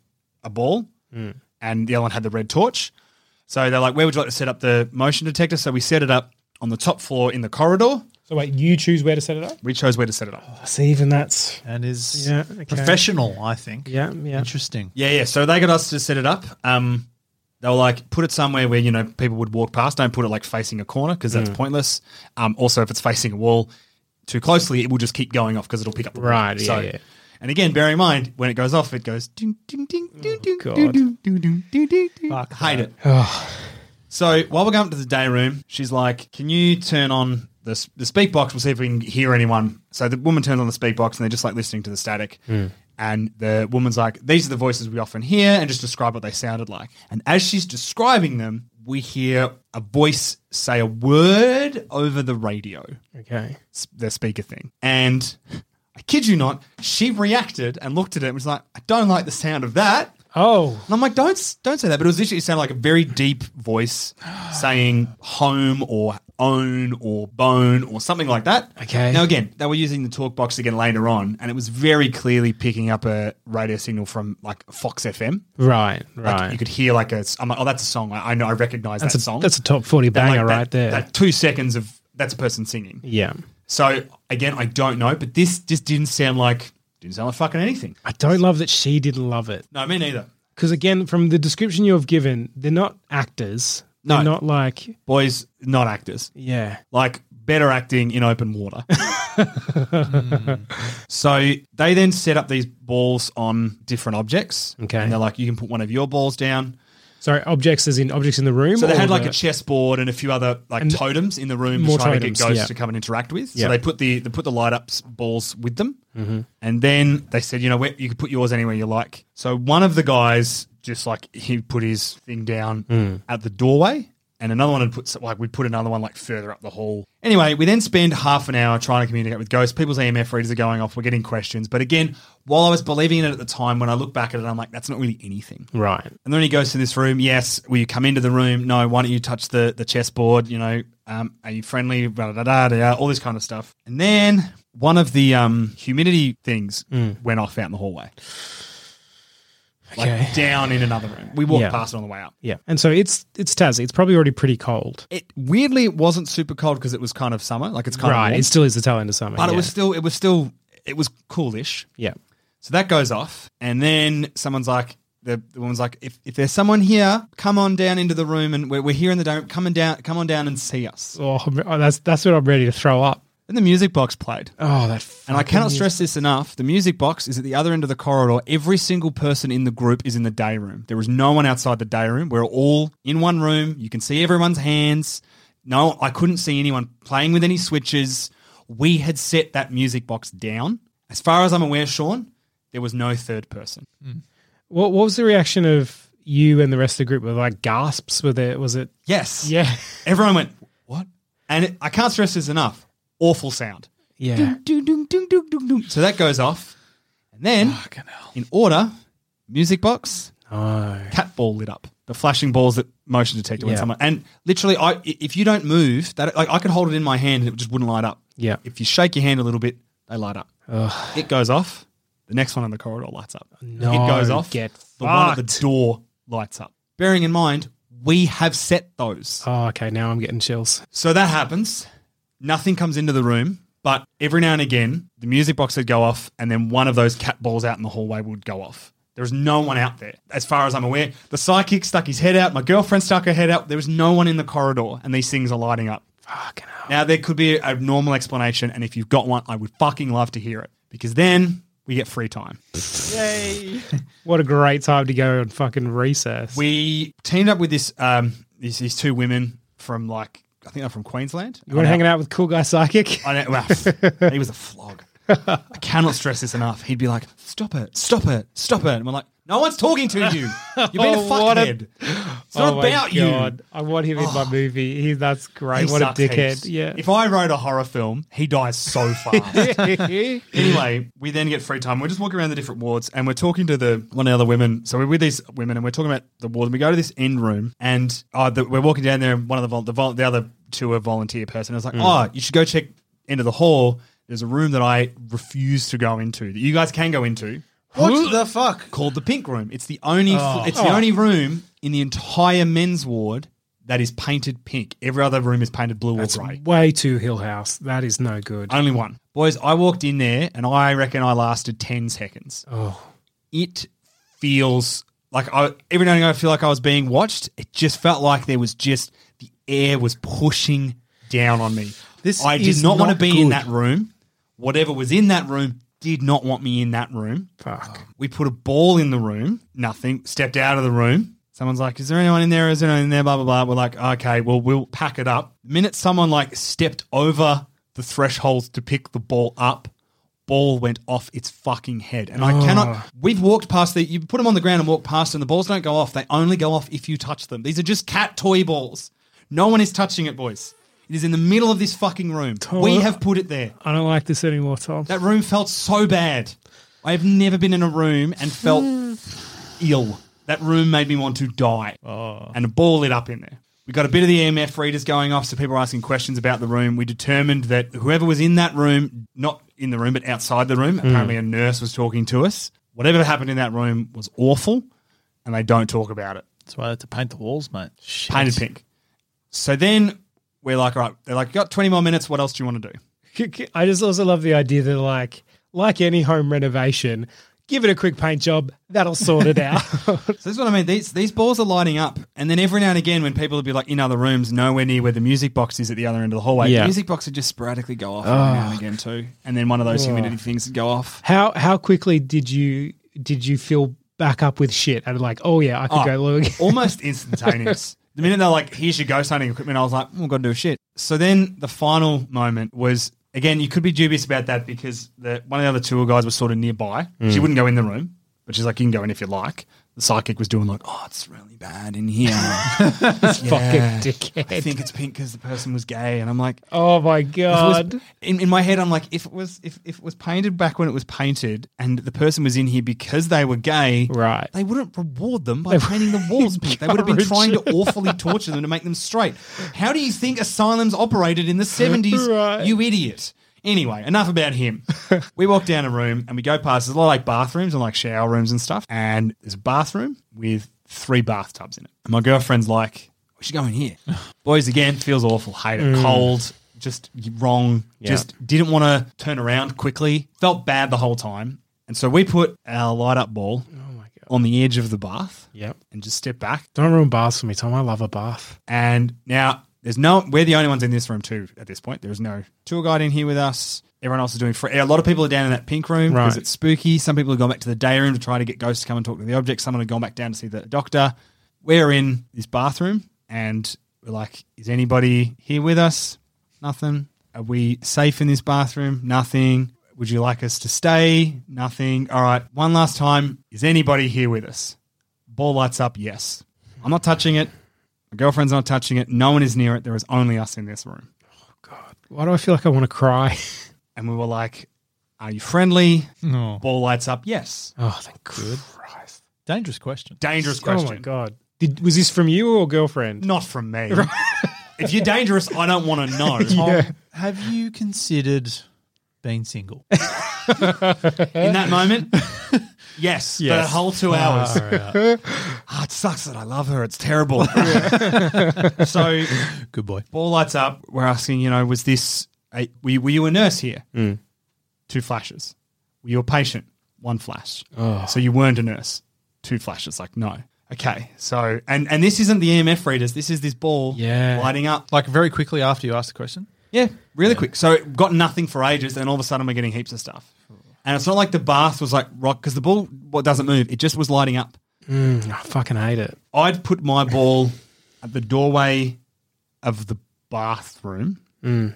S2: a ball and the other one had the red torch. So they're like, where would you like to set up the motion detector? So we set it up on the top floor in the corridor.
S3: So wait, you choose where to set it up.
S2: We chose where to set it up.
S3: See, even that's
S4: and is
S3: Yeah, okay.
S4: professional, I think.
S3: yeah, yeah.
S4: Interesting.
S2: Yeah, yeah. So they got us to set it up. Um, they were like, put it somewhere where you know people would walk past. Don't put it like facing a corner because
S3: Mm.
S2: that's pointless. Um, also, if it's facing a wall too closely, it will just keep going off because it'll pick up the wall.
S3: Right, yeah, yeah.
S2: And again, bear in mind when it goes off, it goes ding ding ding ding ding
S3: Oh, God.
S2: ding ding ding ding ding ding. ding. Hate it. So while we're going to the day room, she's like, "Can you turn on the s- the speak box? We'll see if we can hear anyone." So the woman turns on the speak box, and they're just like listening to the static. And the woman's like, "These are the voices we often hear," and just describe what they sounded like. And as she's describing them, we hear a voice say a word over the radio,
S3: Okay.
S2: s- the speaker thing, and. I kid you not, she reacted and looked at it and was like, I don't like the sound of that.
S3: Oh,
S2: And I'm like, don't s- don't say that. But it was literally it sounded like a very deep voice saying home or own or bone or something like that.
S3: Okay.
S2: Now again, they were using the talk box again later on, and it was very clearly picking up a radio signal from like Fox FM.
S3: right,
S2: Like,
S3: right.
S2: You could hear like a. s- I'm like, oh, that's a song. I, I know. I recognize
S3: that's
S2: that
S3: a
S2: song.
S3: that's a top forty
S2: And, like,
S3: banger
S2: that-
S3: right there.
S2: That two seconds of that's a person singing.
S3: yeah.
S2: So again, I don't know, but this just didn't sound like didn't sound like fucking anything.
S3: I don't love that she didn't love it.
S2: No, me neither.
S3: Because again, from the description you have given, they're not actors.
S2: No.
S3: They're not like,
S2: Boys, not actors.
S3: yeah.
S2: like better acting in open water. Mm. So they then set up these balls on different objects.
S3: Okay.
S2: And they're like, you can put one of your balls down.
S3: Sorry, objects as in objects in the room.
S2: So they
S3: or
S2: had like
S3: the-
S2: a chessboard and a few other like
S3: And-
S2: totems in the room to
S3: More
S2: try
S3: totems,
S2: to get ghosts
S3: yeah.
S2: to come and interact with.
S3: Yeah. Mm-hmm.
S2: So they put the they put the light up balls with them. And then they said, you know, where, you can put yours anywhere you like. So one of the guys just like he put his thing down
S3: Mm.
S2: at the doorway. And another one had put so- like we put another one like further up the hall. Anyway, we then spend half an hour trying to communicate with ghosts. People's EMF readers are going off. We're getting questions. But again, while I was believing in it at the time, when I look back at it, I'm like, that's not really anything.
S3: Right.
S2: And then he goes to this room. Yes. Will you come into the room? No. Why don't you touch the the chessboard? You know, um, are you friendly? Blah, blah, blah, blah, all this kind of stuff. And then one of the um, humidity things
S3: Mm.
S2: went off out in the hallway, like
S3: Okay.
S2: down in another room. We walked
S3: Yeah.
S2: past it on the way up.
S3: Yeah. And so it's it's Tassie. It's probably already pretty cold.
S2: It weirdly it wasn't super cold because it was kind of summer. Like it's kind
S3: right.
S2: of warm,
S3: It still is the tail end of summer.
S2: but
S3: yeah.
S2: it was still it was still it was coolish.
S3: Yeah.
S2: So that goes off, and then someone's like, the, the woman's like, if, if there's someone here, come on down into the room, and we're, we're here in the dome. Come on down, come on down and see us.
S3: Oh, I'm- oh, that's that's what I'm ready to throw up.
S2: And the music box played.
S3: Oh, that.
S2: And I cannot stress this enough. The music box is at the other end of the corridor. Every single person in the group is in the day room. There is no one outside the day room. We're all in one room. You can see everyone's hands. No, I couldn't see anyone playing with any switches. We had set that music box down. As far as I'm aware, Sean, there was no third person.
S3: What, what was the reaction of you and the rest of the group? Were there, like gasps? Were there? Was it?
S2: Yes.
S3: Yeah.
S2: Everyone went, what? And it, I can't stress this enough. Awful sound.
S3: Yeah.
S2: Doom, doom, doom, doom, doom, doom. So that goes off. And then,
S3: Ah,
S2: in order, music box,
S3: Oh.
S2: cat ball lit up. The flashing balls that motion detector when
S3: Yeah.
S2: someone and literally, I i- if you don't move, that like I could hold it in my hand and it just wouldn't light up.
S3: Yeah.
S2: If you shake your hand a little bit, they light up. It goes off. The next one in the corridor lights up.
S3: No.
S2: it goes off.
S3: Get
S2: the one at the door lights up. Bearing in mind, we have set those.
S3: Oh, okay. Now I'm getting chills.
S2: So that happens. Nothing comes into the room, but every now and again, the music box would go off, and then one of those cat balls out in the hallway would go off. There was no one out there, as far as I'm aware. The psychic stuck his head out. My girlfriend stuck her head out. There was no one in the corridor, and these things are lighting up.
S3: Fucking hell.
S2: Now, there could be a normal explanation, and if you've got one, I would fucking love to hear it because then we get free time.
S3: What a great time to go on fucking recess.
S2: We teamed up with this um, these, these two women from like I think they're from Queensland.
S3: you want to hang out with cool guy psychic?
S2: I know, well, he was a flog. I cannot stress this enough. He'd be like, "Stop it! Stop it! Stop it!" And we're like, "No one's talking to you. You've been
S3: Oh,
S2: a
S3: what a-
S2: fuckhead. It's not
S3: Oh my
S2: about
S3: God.
S2: you." Oh.
S3: I want him in my movie. He, that's
S2: He
S3: great. what a
S2: sucks
S3: dickhead.
S2: heaps.
S3: Yeah.
S2: If I wrote a horror film, he dies so fast. anyway, we then get free time. We're just walking around the different wards and we're talking to the one of the other women. So we're with these women and we're talking about the ward. And we go to this end room and uh, the, we're walking down there. And one of the, vol- the, vol- the other two are volunteer person. I was like,
S4: Mm.
S2: oh, you should go check into the hall. There's a room that I refuse to go into that you guys can go into
S4: What the fuck? Oh.
S2: called the pink room. It's the only it's the only room in the entire men's ward that is painted pink. Every other room is painted blue
S3: That's
S2: or grey.
S3: way too Hill House. That is no good.
S2: Only one. Boys, I walked in there and I reckon I lasted 10 seconds.
S3: oh,
S2: It feels like I every now and again I feel like I was being watched. It just felt like there was just the air was pushing down on me.
S4: This
S2: I did
S4: is
S2: not, want to
S4: not
S2: be in
S4: good.
S2: that room. Whatever was in that room did not want me in that room.
S3: fuck.
S2: We put a ball in the room, nothing. Stepped out of the room. Someone's like, "Is there anyone in there? Is there anyone in there?" Blah blah blah. We're like, "Okay, well, we'll pack it up." The minute someone like stepped over the threshold to pick the ball up, ball went off its fucking head, and I cannot. We've walked past the. You put them on the ground and walk past, them. the balls don't go off. They only go off if you touch them. These are just cat toy balls. No one is touching it, boys. It is in the middle of this fucking room. We have put it there.
S3: I don't like this anymore, Tom.
S2: That room felt so bad. I have never been in a room and felt ill. That room made me want to die. And a ball lit up in there. We got a bit of the EMF readers going off, so people were asking questions about the room. We determined that whoever was in that room, not in the room, but outside the room, apparently a nurse was talking to us. Whatever happened in that room was awful, and they don't talk about it
S4: That's why I had to paint the walls, mate. Shit.
S2: painted pink. So then we're like, all right, they're like, got 20 more minutes. What else do you want to do?
S3: I just also love the idea that, like, like any home renovation, give it a quick paint job. That'll sort it out.
S2: So this is what I mean. These these balls are lighting up, and then every now and again, when people would be like in other rooms, nowhere near where the music box is at the other end of the hallway,
S3: Yeah.
S2: the music box would just sporadically go off every now and again too, and then one of those humidity things would go off.
S3: how how quickly did you did you fill back up with shit and like, oh yeah, I could
S2: Oh,
S3: go look.
S2: almost instantaneous. The minute they're like, "Here's your ghost hunting equipment," I was like, "We're gonna do shit." So then the final moment was again. You could be dubious about that because the one of the other tour guys was sort of nearby. She wouldn't go in the room, but she's like, "You can go in if you like." The psychic was doing like, "Oh, it's really bad in here." it's
S3: Fucking dickhead.
S2: I think it's pink because the person was gay, and I'm like,
S3: Oh my
S2: if it was-
S3: god.
S2: in, in my head, I'm like, if it was if, if it was painted back when it was painted, and the person was in here because they were gay,
S3: Right.
S2: They wouldn't reward them by painting the walls pink. They would have been trying
S3: Encourage.
S2: to awfully torture them to make them straight. How do you think asylums operated in the 70s?
S3: Right.
S2: You idiot. Anyway, enough about him. we walk down a room and we go past. There's a lot of like bathrooms and like shower rooms and stuff. And there's a bathroom with three bathtubs in it. And my girlfriend's like, we should go in here. Boys, again, feels awful. Hate it. Cold. Just wrong. Just didn't want to turn around quickly. Felt bad the whole time. And so we put our light up ball on the edge of the bath
S3: Yep.
S2: and just step back.
S3: Don't ruin baths for me, Tom. I love a bath.
S2: And now there's no, we're the only ones in this room too at this point. There's no tour guide in here with us. Everyone else is doing free. A lot of people are down in that pink room because
S3: Right.
S2: it's spooky. Some people have gone back to the day room to try to get ghosts to come and talk to the object. Someone had gone back down to see the doctor. We're in this bathroom and we're like, is anybody here with us? Nothing. Are we safe in this bathroom? Nothing. Would you like us to stay? Nothing. All right. One last time. Is anybody here with us? Ball lights up. Yes. I'm not touching it. My girlfriend's not touching it. No one is near it. There is only us in this room.
S3: Why do I feel like I want to cry?
S2: And we were like, Are you friendly?
S4: No.
S2: Ball lights up. Yes.
S3: Oh, thank good. Christ.
S4: Dangerous question.
S2: Dangerous
S3: Oh
S2: question.
S3: my god. Did, was this from you or girlfriend?
S2: Not from me. if you're dangerous, I don't want to know.
S4: Tom, have you considered being single?
S2: In that moment, Yes,
S4: Yes.
S2: but a whole two hours.
S4: Far out.
S2: Ah, it sucks that I love her. It's terrible. so,
S4: Good boy.
S2: ball lights up. We're asking, you know, was this, a, were, you, were you a nurse here? Two flashes. Were you a patient? One flash. So you weren't a nurse. Two flashes. Like, no. Okay. So, and, and this isn't the EMF readers. This is this ball
S3: Yeah.
S2: lighting up.
S4: Like very quickly after you asked the question.
S2: Yeah, really quick. So it got nothing for ages, and all of a sudden we're getting heaps of stuff. And it's not like the bath was like rock because the ball what doesn't move. It just was lighting up.
S3: I fucking hate it.
S2: I'd put my ball at the doorway of the bathroom.
S3: Mm.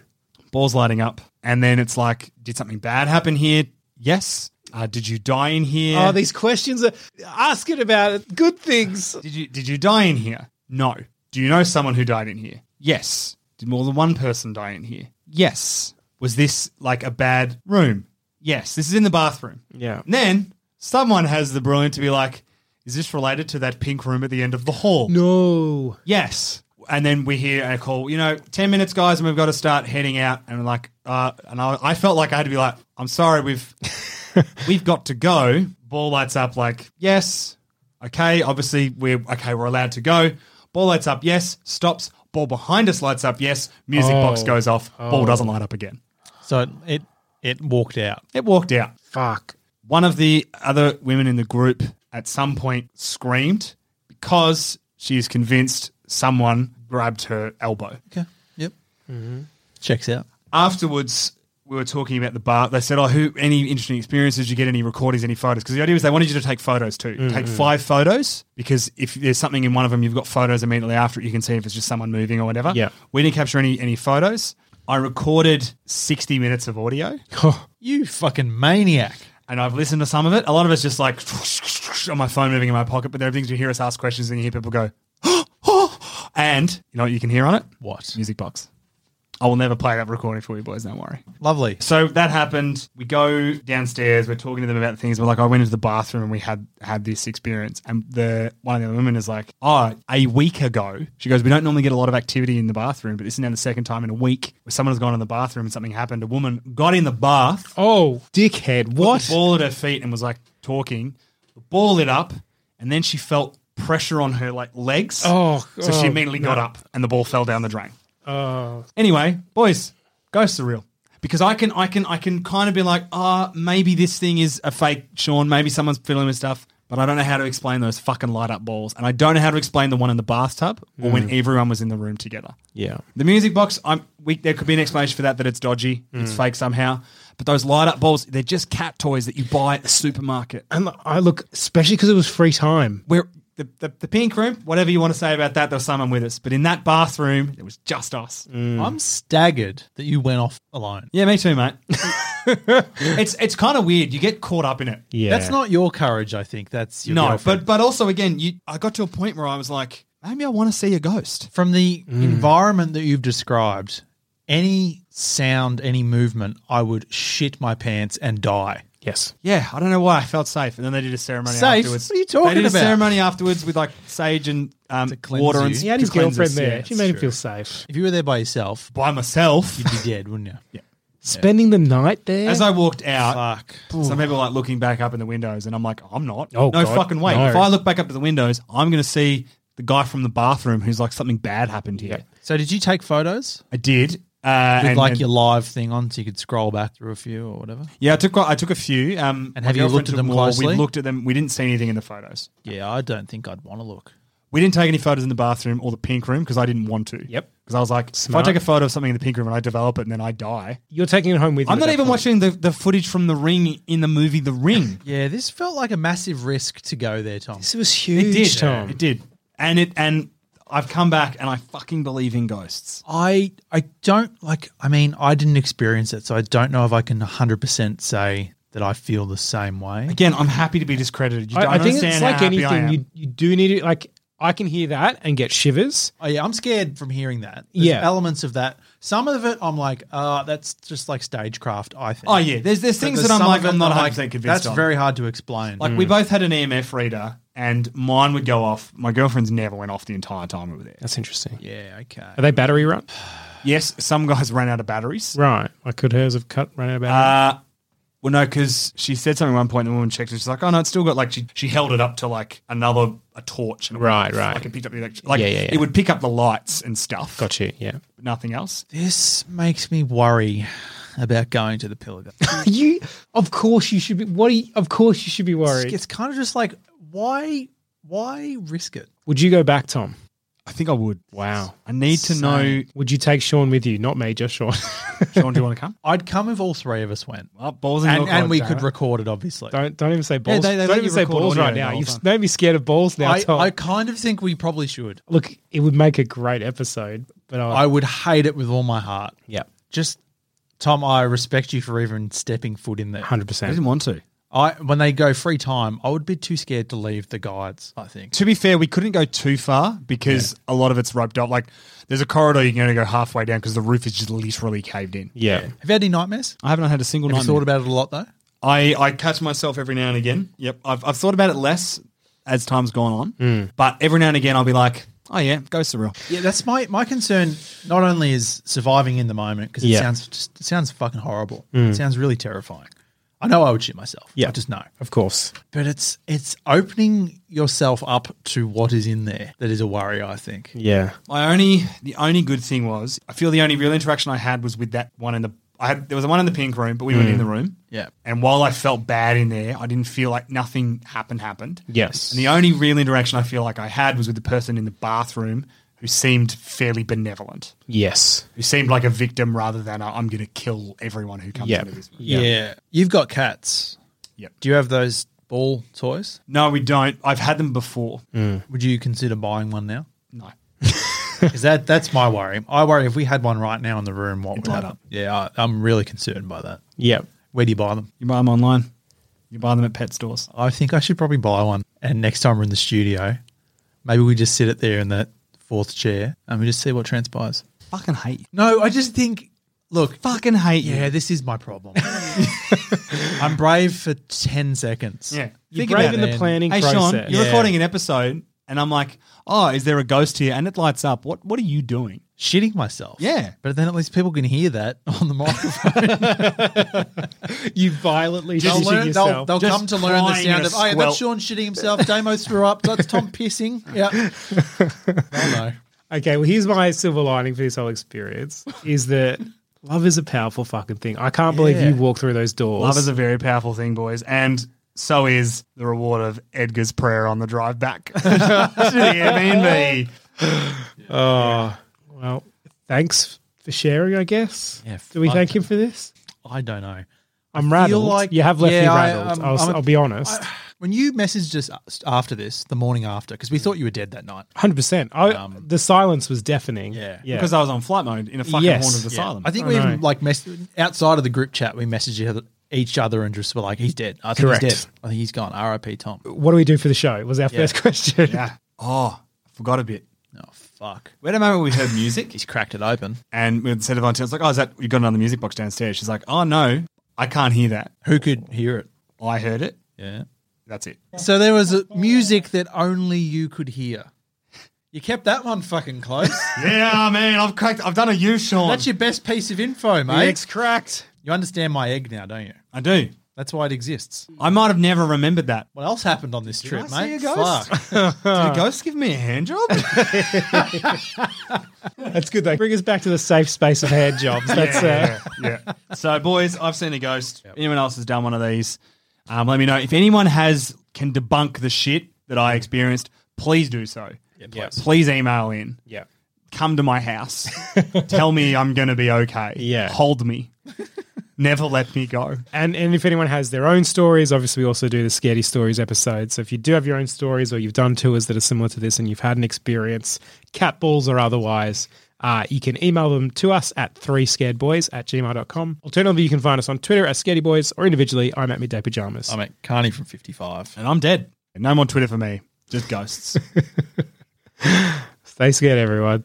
S2: Ball's lighting up, and then it's like, did something bad happen here? Yes. Uh, did you die in here?
S3: Oh, these questions are asking about it. good things.
S2: Did you did you die in here? No. Do you know someone who died in here? Yes. Did more than one person die in here? Yes. Was this like a bad room? Yes. This is in the bathroom.
S3: Yeah.
S2: And then someone has the brilliant to be like, is this related to that pink room at the end of the hall?
S3: No.
S2: Yes. And then we hear a call, you know, 10 minutes, guys, and we've got to start heading out. And we're like, uh, and I, I felt like I had to be like, I'm sorry, we've, we've got to go. Ball lights up, like, yes. Okay. Obviously, we're, okay, we're allowed to go. Ball lights up, yes. Stops. Ball behind us lights up, yes. Music box
S3: Oh.
S2: goes off. Ball doesn't light up again.
S4: So it it, it walked out.
S2: It walked out.
S3: Fuck.
S2: One of the other women in the group at some point screamed because she is convinced someone grabbed her elbow.
S4: Okay. Yep.
S3: Mm-hmm.
S4: Checks out.
S2: afterwards we were talking about the bar. They said, "Oh, who? Any interesting experiences? You get any recordings, any photos?" Because the idea was they wanted you to take photos too. Take five photos because if there's something in one of them, you've got photos immediately after it. You can see if it's just someone moving or whatever.
S3: Yeah.
S2: we didn't capture any any photos. I recorded 60 minutes of audio,
S3: Oh.
S4: You fucking maniac.
S2: and I've listened to some of it. A lot of it's just like on my phone, moving in my pocket. But there are things you hear us ask questions, and you hear people go, and you know what you can hear on it?
S4: What?
S2: music box? I will never play that recording for you boys. Don't worry.
S4: Lovely.
S2: So that happened. We go downstairs. We're talking to them about things. We're like, I went into the bathroom and we had had this experience. And the one of the other women is like, Oh, a week ago. She goes, We don't normally get a lot of activity in the bathroom, but this is now the second time in a week where someone has gone in the bathroom and something happened. A woman got in the bath,
S3: Oh, dickhead. What?
S2: ball at her feet, and was like talking. The ball lit up, and then she felt pressure on her like legs.
S3: Oh,
S2: so she
S3: oh,
S2: immediately got up, and the ball fell down the drain.
S3: Oh.
S2: Anyway, boys, ghosts are real. Because I can I can I can kind of be like, ah, maybe this thing is a fake Sean, maybe someone's fiddling with stuff, but I don't know how to explain those fucking light up balls. And I don't know how to explain the one in the bathtub or when
S3: Mm.
S2: everyone was in the room together.
S3: Yeah.
S2: The music box, I'm we, there could be an explanation for that that it's dodgy,
S4: Mm.
S2: it's fake somehow. But those light up balls, they're just cat toys that you buy at the supermarket.
S3: And I look, especially because it was free time.
S2: Where the, the, the pink room, whatever you want to say about that, there was someone with us. But in that bathroom, it was just us.
S4: I'm staggered that you went off alone.
S2: Yeah, me too, mate. it's it's kind of weird. You get caught up in it.
S3: Yeah.
S4: That's not your courage, I think. That's your
S2: no,
S4: girlfriend.
S2: but but also again, you I got to a point where I was like, maybe I want to see a ghost.
S4: from the
S3: Mm.
S4: environment that you've described, any sound, any movement, I would shit my pants and die.
S3: Yes.
S2: Yeah, I don't know why I felt safe. And then they did a ceremony
S4: Safe?
S2: afterwards.
S4: What are you talking
S2: They did
S4: about?
S2: a ceremony afterwards with like sage and um,
S4: To cleanse
S2: water
S4: you.
S2: and
S3: He had
S2: to
S3: his
S2: cleanse
S3: girlfriend
S2: us,
S3: there.
S2: yeah.
S3: she made him feel safe.
S4: If you were there by yourself,
S2: by myself.
S4: you'd be dead, wouldn't you? Yeah.
S3: Spending the night there.
S2: As I walked out,
S4: Fuck.
S2: some people like looking back up in the windows, and I'm like, I'm not.
S3: Oh,
S2: no
S3: God,
S2: fucking way.
S3: no.
S2: If I look back up to the windows, I'm going to see the guy from the bathroom who's like something bad happened here.
S4: So did you take photos
S2: I did. Uh,
S4: with
S2: and-
S4: like
S2: and-
S4: your live thing on so you could scroll back through a few or whatever?
S2: Yeah, I took quite- I took a few. Um,
S4: And
S2: my
S4: have you
S2: girlfriend
S4: looked at
S2: took
S4: them
S2: more.
S4: closely?
S2: We looked at them. We didn't see anything in the photos.
S4: Yeah, I don't think I'd want to look.
S2: We didn't take any photos in the bathroom or the pink room because I didn't want to.
S3: Yep.
S2: Because I was like,
S3: Smart.
S2: if I take a photo of something in the pink room and I develop it and then I die,
S3: You're taking it home with you.
S2: I'm
S3: at
S2: not
S3: that
S2: even
S3: point.
S2: watching the, the footage from The Ring in the movie The Ring.
S4: Yeah, this felt like a massive risk to go there, Tom.
S3: This was huge, Tom.
S2: It did. And it and I've come back and I fucking believe in ghosts.
S4: I I don't like. I mean, I didn't experience it, so I don't know if I can 100% say that I feel the same way.
S2: Again, I'm happy to be discredited. You don't
S3: I, I think it's
S2: understand
S3: like
S2: how happy I
S3: anything.
S2: am.
S3: You, you do need to, like, I can hear that and get shivers.
S4: Oh yeah, I'm scared from hearing that.
S3: Yeah.
S4: elements of that. Some of it, I'm like, uh, that's just like stagecraft. I think.
S2: Oh, yeah. There's- there's
S4: But
S2: things that I'm
S4: some
S2: like,
S4: of it
S2: I'm not
S4: that
S2: 100% convinced
S4: That's
S2: on.
S4: very hard to explain. Mm.
S2: Like we both had an EMF reader and mine would go off. My girlfriend's never went off the entire time we were there.
S3: That's interesting.
S4: yeah, okay.
S3: Are they battery run?
S2: Yes, some guys ran out of batteries.
S3: Right. Like, could hers have cut, run out of battery?
S2: Uh, Well, no, because she said something at one point, and the woman checked, and she's like, "Oh no, it's still got like she she held it up to like another a torch, and it
S7: Right,
S2: went,
S7: right.
S2: Like it picked up the elect- like
S7: Yeah, yeah, yeah.
S2: it would pick up the lights and stuff.
S7: Got you. Yeah.
S2: but nothing else.
S4: This makes me worry about going to the Pilliga.
S3: you, of course, you should be. What? Are you, of course, you should be worried.
S4: it's kind of just like why why risk it?
S3: Would you go back, Tom?
S2: I think I would.
S3: Wow.
S2: I need to know.
S3: Would you take Sean with you? Not me, just Sean.
S2: Sean, do you want to come?
S4: I'd come if all three of us went,
S2: Well, balls in
S4: and,
S2: your
S4: and
S2: court,
S4: we
S2: Jarrah.
S4: could record it. Obviously,
S3: don't don't even say balls.
S2: they- they let
S3: don't even
S2: you
S3: say
S2: record
S3: balls
S2: audio
S3: right
S2: the
S3: now.
S2: whole
S3: You've
S2: time.
S3: made me scared of balls now,
S4: I,
S3: Tom.
S4: I kind of think we probably should.
S3: Look, it would make a great episode, but uh, I,
S4: I would hate it with all my heart.
S7: Yeah.
S4: Just Tom, I respect you for even stepping foot in there.
S2: I
S3: hundred percent.
S2: didn't want to.
S4: I when they go free time, I would be too scared to leave the guides. I think.
S2: To be fair, we couldn't go too far because a lot of it's roped up. Like there's a corridor you can only go halfway down because the roof is just literally caved in.
S3: Yeah.
S4: Have you had any nightmares?
S2: I haven't had a single
S4: Have you
S2: nightmare.
S4: thought about it a lot though?
S2: I, I catch myself every now and again. Yep. I've, I've thought about it less as time's gone on.
S3: Hmm.
S2: But every now and again, I'll be like, oh, yeah, go surreal.
S4: Yeah, that's my my concern. Not only is surviving in the moment because it
S3: Yeah. Mm.
S4: sounds just, it sounds fucking horrible. It sounds really terrifying. I know I would shit myself.
S3: Yeah.
S4: I just know.
S3: Of course.
S4: But it's it's opening yourself up to what is in there that is a worry. I think.
S3: Yeah.
S2: My only, the only good thing was, I feel the only real interaction I had was with that one in the, I had, there was one in the pink room, but we weren't
S3: Hmm.
S2: in the room.
S4: Yeah.
S2: And while I felt bad in there, I didn't feel like nothing happened, happened.
S3: Yes.
S2: And the only real interaction I feel like I had was with the person in the bathroom who seemed fairly benevolent,
S3: Yes.
S2: who seemed like a victim rather than i I'm going to kill everyone who comes
S3: Yep.
S2: out of this room.
S3: Yeah.
S4: You've got cats.
S2: Yep.
S4: Do you have those ball toys?
S2: No, we don't. I've had them before.
S3: Mm.
S4: Would you consider buying one now?
S2: No.
S4: Because that that's my worry. I worry if we had one right now in the room, what would
S2: light
S4: happen?
S2: up.
S4: Yeah, I, I'm really concerned by that.
S3: Yeah.
S4: Where do you buy them?
S2: You buy them online. You buy them at pet stores.
S4: I think I should probably buy one. And next time we're in the studio, maybe we just sit it there in that fourth chair and we just see what transpires.
S2: Fucking hate you.
S4: No, I just think, look,
S2: Fucking hate you.
S4: yeah, this is my problem. I'm brave for 10 seconds.
S2: Yeah.
S3: You're
S2: Think
S3: brave
S2: about
S3: in
S2: it.
S3: the planning
S2: Hey, Sean,
S3: process.
S2: you're
S4: Yeah.
S2: recording an episode, and I'm like, oh, is there a ghost here? And it lights up. What What are you doing?
S4: Shitting myself.
S2: Yeah.
S4: But then at least people can hear that on the microphone.
S3: You violently
S4: they'll
S3: shitting
S4: learn, they'll,
S3: yourself.
S4: they'll
S2: Just
S4: come to learn the
S2: crying in
S4: sound
S2: a
S4: of, oh, yeah,
S2: squelch.
S4: that's Sean shitting himself. Damo threw up. That's Tom pissing. Yeah. They'll know.
S3: okay. Well, here's my silver lining for this whole experience: is that love is a powerful fucking thing. I can't believe
S4: Yeah.
S3: you walked through those doors.
S2: Love is a very powerful thing, boys. And so is the reward of Edgar's prayer on the drive back to the Airbnb.
S3: Oh well, thanks for sharing. I guess.
S4: Yeah,
S3: Do we
S4: fuck
S3: thank
S4: that.
S3: him for this?
S4: I don't know.
S3: I'm rattled.
S4: like-
S3: you have left me
S4: Yeah, I-
S3: rattled.
S4: I'm-
S3: I, will
S4: I'm a-
S3: I'll be honest.
S4: When you messaged us after this, the morning after, because we thought you were dead that night.
S3: Hundred percent. I
S4: Um,
S3: the silence was deafening.
S4: Yeah.
S3: yeah.
S2: Because I was on flight mode in a fucking
S3: Yes.
S2: haunted
S3: Yeah.
S2: asylum.
S4: I think
S3: I
S4: we
S3: know.
S4: even like mess outside of the group chat. We messaged each other- each other and just were like, "He's dead. I think
S3: Correct.
S4: he's dead. I think he's gone." R.I.P. Tom.
S3: what do we do for the show? Was our first question.
S2: Yeah. Oh, I forgot a bit.
S4: Oh fuck.
S2: We had a moment we heard music.
S4: He's cracked it open.
S2: And we said to Valentina, it's like, oh, is that, you got another music box downstairs? She's like, oh, no, I can't hear that.
S4: Who could hear it?
S2: I heard it.
S4: Yeah.
S2: That's it.
S4: So there was a music that only you could hear. You kept that one fucking close.
S2: Yeah, man, I've cracked. I've done a U, Sean.
S4: That's your best piece of info, mate.
S2: cracked.
S4: You understand my egg now, don't you?
S2: I do.
S4: That's why it exists.
S2: I might have never remembered that.
S4: What else happened on this trip,
S2: I
S4: mate?
S2: see a ghost?
S4: Fuck.
S2: Did a ghost give me a hand job?
S3: That's good. They bring us back to the safe space of hand jobs. That's uh,
S2: yeah. So, boys, I've seen a ghost. Anyone else has done one of these? Um, let me know if anyone has can debunk the shit that I experienced. Please do so.
S3: please.
S2: Please email in.
S3: yeah.
S2: Come to my house. Tell me I'm going to be okay.
S3: Yeah.
S2: Hold me. Never let me go.
S3: And and if anyone has their own stories, obviously we also do the scary stories episode. So if you do have your own stories or you've done tours that are similar to this and you've had an experience, cat balls or otherwise, uh, you can email them to us at three scared boys at gmail.com. Alternatively, you can find us on Twitter at scaredy boys or individually, I'm at midday pajamas.
S4: I'm at Oh, Carney from 55.
S2: And I'm dead. No more Twitter for me. Just ghosts.
S3: Stay scared, everyone.